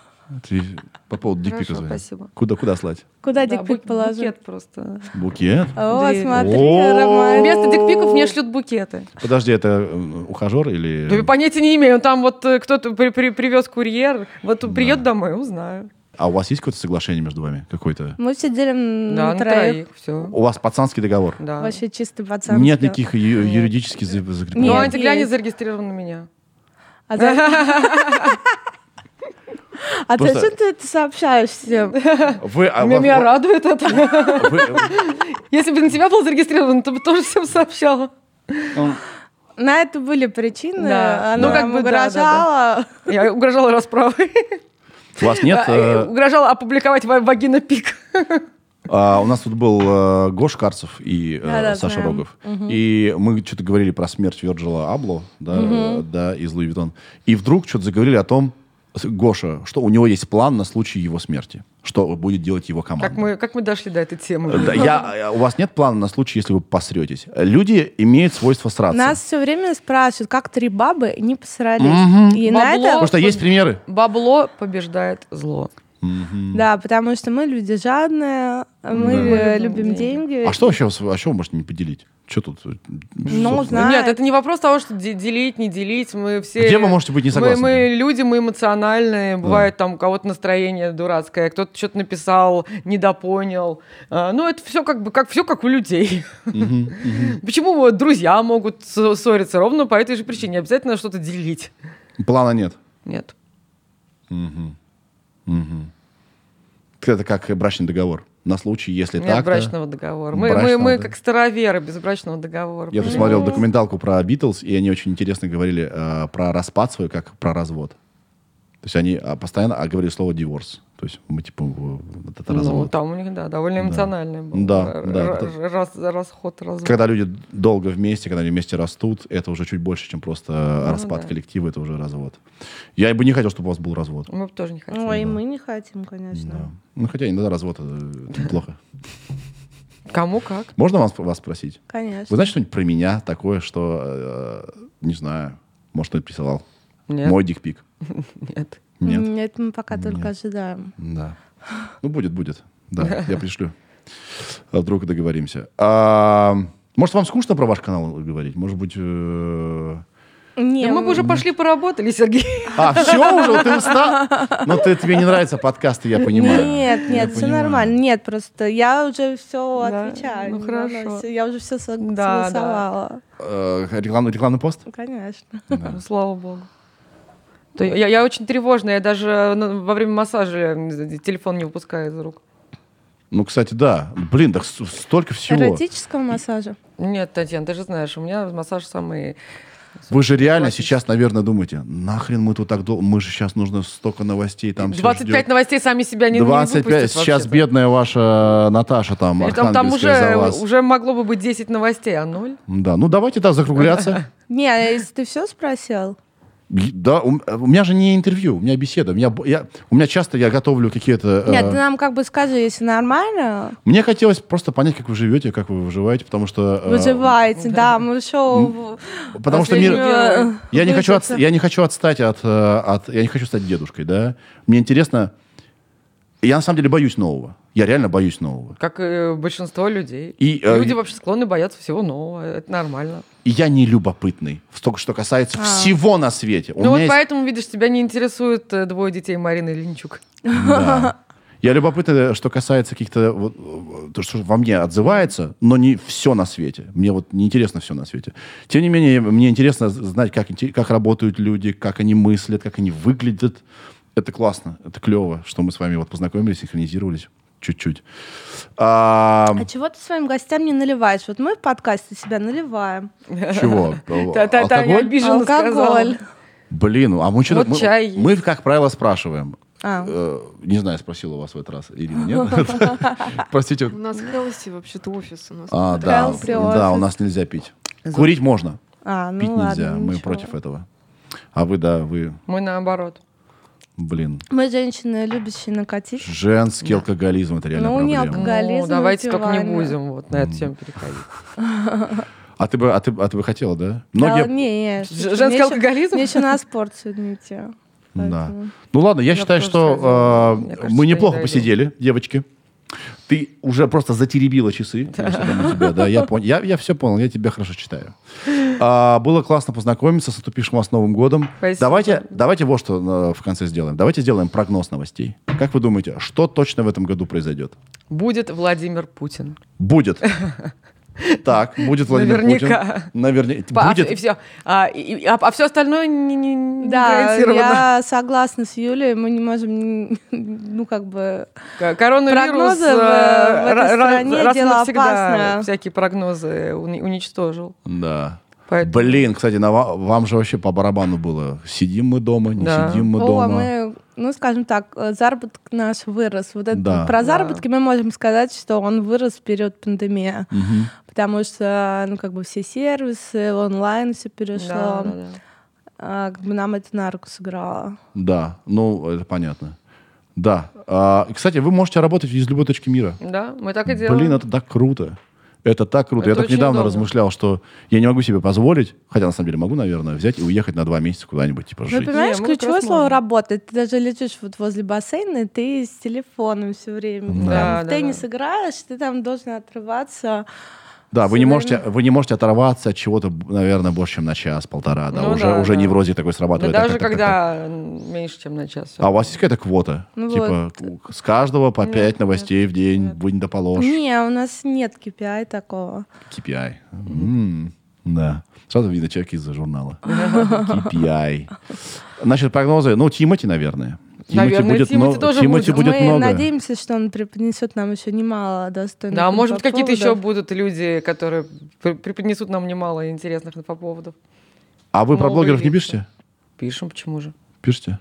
Ты по поводу дикпика
Хорошо,
звони.
спасибо.
Куда, куда слать?
Куда
Да,
дикпик
бу-
положить?
Букет просто.
Букет?
О,
Дверь.
смотри,
О.
романтика.
Вместо дикпиков мне шлют букеты.
Подожди, это э, ухажер или...
Да я понятия не имею. Там вот э, кто-то при- при- привез курьер, вот приедет домой, узнаю.
А у вас есть какое-то соглашение между вами? Какое-то?
Мы все делим
Да,
на
на
троих.
троих, все.
У вас пацанский договор?
Да.
Вообще чистый пацан.
А. Нет никаких ю- юридически за- закрепленных?
Ну,
Нет,
антиглянец
есть.
зарегистрирован на меня.
А за- А
Просто-
зачем ты это сообщаешь всем?
Вы, а
меня,
во-
меня
во-
радует это.
вы- э,
Если бы на тебя был зарегистрирован, ты бы тоже всем сообщала.
ну,
На это были причины.
Да.
Она
Ну, как
нам
бы да, да,
угрожала.
Я угрожала расправой.
У вас нет...
Э,
э,
Угрожала опубликовать ва- вагина пик.
А, у нас тут был э, Гош Карцев и э,
Да-да,
Саша
знаем.
Рогов. И мы что-то говорили про смерть Вирджила Абло, да, э, да, из Луи Виттон. И вдруг что-то заговорили о том, с- Гоша, что у него есть план на случай его смерти. Что будет делать его команда.
Как мы, как мы дошли до этой темы?
Да, я, э, у вас нет плана на случай, если вы посретесь. Люди имеют свойство сраться.
Нас все время спрашивают, как три бабы не посрались. И на
Бабло.
это
Потому что есть примеры.
Бабло побеждает зло.
Да, потому что мы люди жадные, мы э, любим деньги.
А что вообще, с- а что вы можете не поделить? Что тут? э,
Ну,
собственно?
знаю.
Нет, это не вопрос того, что де- делить, не делить. Мы все...
Где вы можете быть не
Мы-
согласны?
Мы, люди, мы эмоциональные. Бывает там у кого-то настроение дурацкое, кто-то что-то написал, недопонял. А, Ну, это все как бы как, все как у людей. Почему вот друзья могут с- ссориться ровно по этой же причине? Не Обязательно что-то делить.
Плана нет.
Нет.
Это как э, брачный договор. На случай, если
Нет
так-то.
брачного договора. Мы,
Брачного,
мы, мы
да.
как староверы без брачного договора.
Я тут смотрел документалку про Битлз, и они очень интересно говорили э, про распад свой, как про развод. То есть они а, постоянно а, говорили слово «диворс». То есть мы типа в- вот это
Ну,
развод.
там у них, да, довольно эмоциональный был
Да,
р-
да,
р-
это-
р- раз- расход, развод.
Когда люди долго вместе, когда они вместе растут, это уже чуть больше, чем просто э,
Ну
распад
да.
коллектива, это уже развод. Я бы не хотел, чтобы у вас был развод.
Мы бы тоже не хотели.
Ой, и мы не хотим, конечно.
Да. Ну, хотя иногда развод э, это плохо.
Кому как?
Можно вас, вас спросить? Вы
Конечно.
знаете что-нибудь про меня такое, что, э, не знаю, может, кто-то присылал?
Нет.
Мой дикпик?
Нет.
Нет?
М, Это мы пока только ожидаем.
Да. Ну, будет, будет. Да, я пришлю. А Вдруг договоримся. А, Может, вам скучно про ваш канал говорить? Может быть... э,
Не,
Да мы бы уже пошли поработали, Сергей.
А, все уже? Ты устал? Ну, ты, тебе не нравятся подкасты, я понимаю.
Нет, нет, все
понимаю.
нормально. Нет, просто я уже все
Да,
отвечаю.
ну
не волнуйся,
хорошо.
Я уже все
да.
согласовала.
Э, реклам- Рекламный пост?
Конечно.
Ну, слава богу. То Я, я очень тревожная, я даже ну, во время массажа э, телефон не выпускаю из рук.
Ну, кстати, да. Блин, так с- столько всего.
Эротического массажа.
Нет, Татьяна, ты же знаешь, у меня массаж самый...
Вы же реально
Классический.
сейчас, наверное, думаете, нахрен мы тут так долго... Мы же сейчас нужно столько новостей там... всё
25
ждёт».
новостей сами себя не, не
25.
выпустят
Сейчас
вообще-то.
бедная ваша Наташа там,
И Там, там
архангельская за
уже,
вас.
уже могло бы быть 10 новостей, а ноль?
Да, ну давайте, да, закругляться.
Не, а если ты все спросил?
Е- Да, у, м- э, у меня же не интервью, у меня беседа. У меня, б- я, у меня часто я готовлю какие-то... э,
Нет, ты нам как бы скажи, если нормально,
Мне хотелось просто понять, как вы живете, как вы выживаете, потому что...
Ну,
э,
выживайте, да, мы шоу...
Потому что мир...
Последнюю-
Я не, хочу отс- я не хочу отстать от, э, от... Я не хочу стать дедушкой, да? Мне интересно... Я на самом деле боюсь нового. Я реально боюсь нового.
Как и большинство людей.
И, э,
Люди вообще склонны бояться всего нового. Это нормально.
И я не любопытный. Столько, что касается всего на свете. У
А. ну вот
меня есть-
поэтому, видишь, тебя не интересуют э, двое детей Марины Ильинчук.
Да. Я любопытно, что касается каких-то... вот, э, то, что во мне отзывается, но не все на свете. Мне вот неинтересно все на свете. Тем не менее, мне интересно з- знать, как, инте- как работают люди, как они мыслят, как они выглядят. Это классно, это клево, что мы с вами вот познакомились, синхронизировались чуть-чуть. А,
А чего ты своим гостям не наливаешь? Вот мы в подкасте себя наливаем.
чего?
Таня
Алкоголь?
обиженно
Алкоголь.
сказала.
Блин, а мы что
Вот чай есть.
Мы, как правило, спрашиваем.
А.
Э, Не знаю, спросила у вас в этот раз, Ирина, нет? Простите,
У нас Хелси вообще-то офис у нас.
А, да,
Trials при
да, у
офис.
нас нельзя пить. Курить можно,
А, ну
пить
ладно,
нельзя. Мы
ничего.
против этого. А вы, да, вы,
Мы наоборот.
блин,
Мы женщины, любящие накатить.
женский алкоголизм это реально
Ну, не
проблема.
алкоголь. Алкоголизм
Ну, давайте только не
выпивание.
будем вот на эту тему переходить.
А ты бы, а ты, а ты бы хотела, да?
Да, не, не,
Ж-
шучу.
женский
Мне ещё-
алкоголизм?
Мне еще на спорт сегодня идти.
Да.
Поэтому-
Ну ладно, я
Я бы
считаю,
тоже
что
сходила.
э,
Мне кажется,
мы
я не
неплохо
дойду.
посидели, девочки. Ты уже просто затеребила часы. Я всё там у тебя, да, я понял. Я, я все понял, я тебя хорошо читаю. А, было классно познакомиться, с наступившим вас Новым годом.
Спасибо.
Давайте, давайте вот что э, в конце сделаем. Давайте сделаем прогноз новостей. Как вы думаете, что точно в этом году произойдет?
Будет Владимир Путин.
Будет. Так, будет Владимир
Наверняка.
Путин. Наверняка.
По- а, и
Будет.
все. А, и- и- а- а все остальное не, не- не
Да,
гарантировано.
я согласна с Юлей, мы не можем, ну, как бы...
К- Коронавирус
Прогнозы в-
э,
в этой
ра- ра-
стране
раз и
дело
навсегда
опасное.
всякие прогнозы уни- уничтожил.
Да.
Поэтому-
Блин, кстати, на ва- вам же вообще по барабану было. Сидим мы дома, не
Да.
сидим мы
О,
дома.
мы ну, скажем так, э, заработок наш вырос. Вот это
Да.
про
Да.
заработки мы можем сказать, что он вырос в период пандемии,
Мгм.
потому что, ну, как бы все сервисы, онлайн все перешло.
Да, да, да.
А, как бы нам это на руку сыграло.
Да, ну, это понятно. Да. А, кстати, вы можете работать из любой точки мира.
Да, мы так и делаем.
Блин, это так круто. Это так круто.
Это
я так
очень
недавно
удобно.
размышлял, что я не могу себе позволить, хотя на самом деле могу, наверное, взять и уехать на два месяца куда-нибудь, типа,
Ну,
жить.
понимаешь,
Не, мы как
ключевое
раз
слово
можем.
работает. Ты даже летишь вот возле бассейна, и ты с телефоном все время.
Да.
Там в
Да, да,
теннис
да.
играешь, ты там должен отрываться.
Да, вы не,
Всё
можете,
время.
вы не можете оторваться от чего-то, наверное, больше, чем на час-полтора. Да,
Ну
уже
да,
уже
да.
неврозик такой
Да
срабатывает. Так,
даже
так, так, так, так.
когда м, меньше, чем на час.
А у вас есть какая-то квота?
Ну
типа, у- с каждого по
Нет,
пять новостей в день, вы не доположь.
Не, у нас нет KPI такого.
KPI. М, Да. Сразу видно человек из журнала. KPI. Значит, прогнозы. Ну, Тимати, наверное.
Наверное, Тимати
мно-
тоже
Тимати
будет.
будет
Мы
много.
надеемся, что он преподнесет нам еще немало достойных.
Да, а может быть, какие-то еще
инфоповодов.
будут люди, которые при- преподнесут нам немало интересных инфоповодов.
А вы про
новые
блогеров не
лица.
пишете?
Пишем, почему же?
Пишете?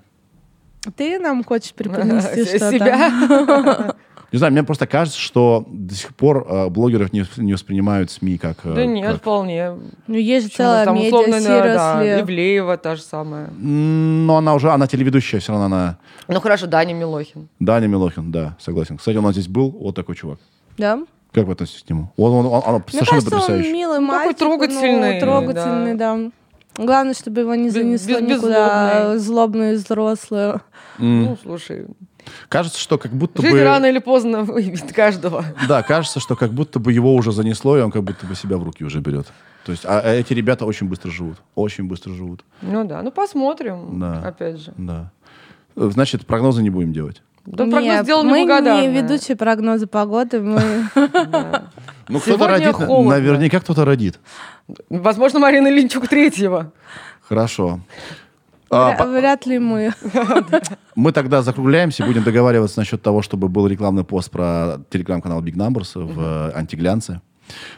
Ты нам хочешь преподнести что-то?
Себя.
Не знаю, мне просто кажется, что до сих пор э, блогеров не, вс- не воспринимают СМИ как... э,
Да нет,
как-
вполне.
Ну, есть же
Почему?
целая
Там
медиа,
условно, да,
seriously.
Ивлеева та же самая.
М, Но она уже, она телеведущая, все равно она...
Ну хорошо, Даня Милохин.
Даня Милохин, да, согласен. Кстати, он у нас здесь был, вот такой чувак.
Да?
Как вы относитесь к нему? Он, он- он- он
Мне
совершенно
кажется,
потрясающий.
он милый
такой
мальчик.
трогательный,
ну, трогательный, да. Главное, чтобы его не
Без-
занесло
без-
никуда злобную и взрослую.
М,
Ну, слушай,
Кажется, что как будто
жизнь
бы...
рано или поздно выявит каждого.
Да, кажется, что как будто бы его уже занесло, и он как будто бы себя в руки уже берет. То есть, а а эти ребята очень быстро живут. Очень быстро живут.
Ну да, ну посмотрим,
Да.
опять же.
Да. Э, Значит, прогнозы не будем делать.
Да
Не,
прогноз сделан
мы не
неблагодарный.
ведущие прогнозы погоды, мы
Да.
Ну, кто-то
Сегодня
родит. на-
холодно.
Наверняка кто-то родит.
Возможно, Марина Линчук третьего.
Хорошо. А,
вря-
по-
вряд ли мы.
мы тогда закругляемся, будем договариваться насчет того, чтобы был рекламный пост про телеграм-канал Big Numbers в э, антиглянце.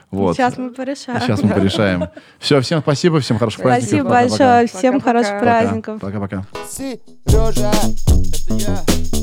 Вот.
Сейчас мы порешаем.
Сейчас А мы порешаем. Все, всем спасибо, всем хороших праздников.
Спасибо
Пока-пока.
большое, всем
Пока-пока.
хороших
Пока.
Пока.
праздников.
Пока-пока.
Сережа, это я.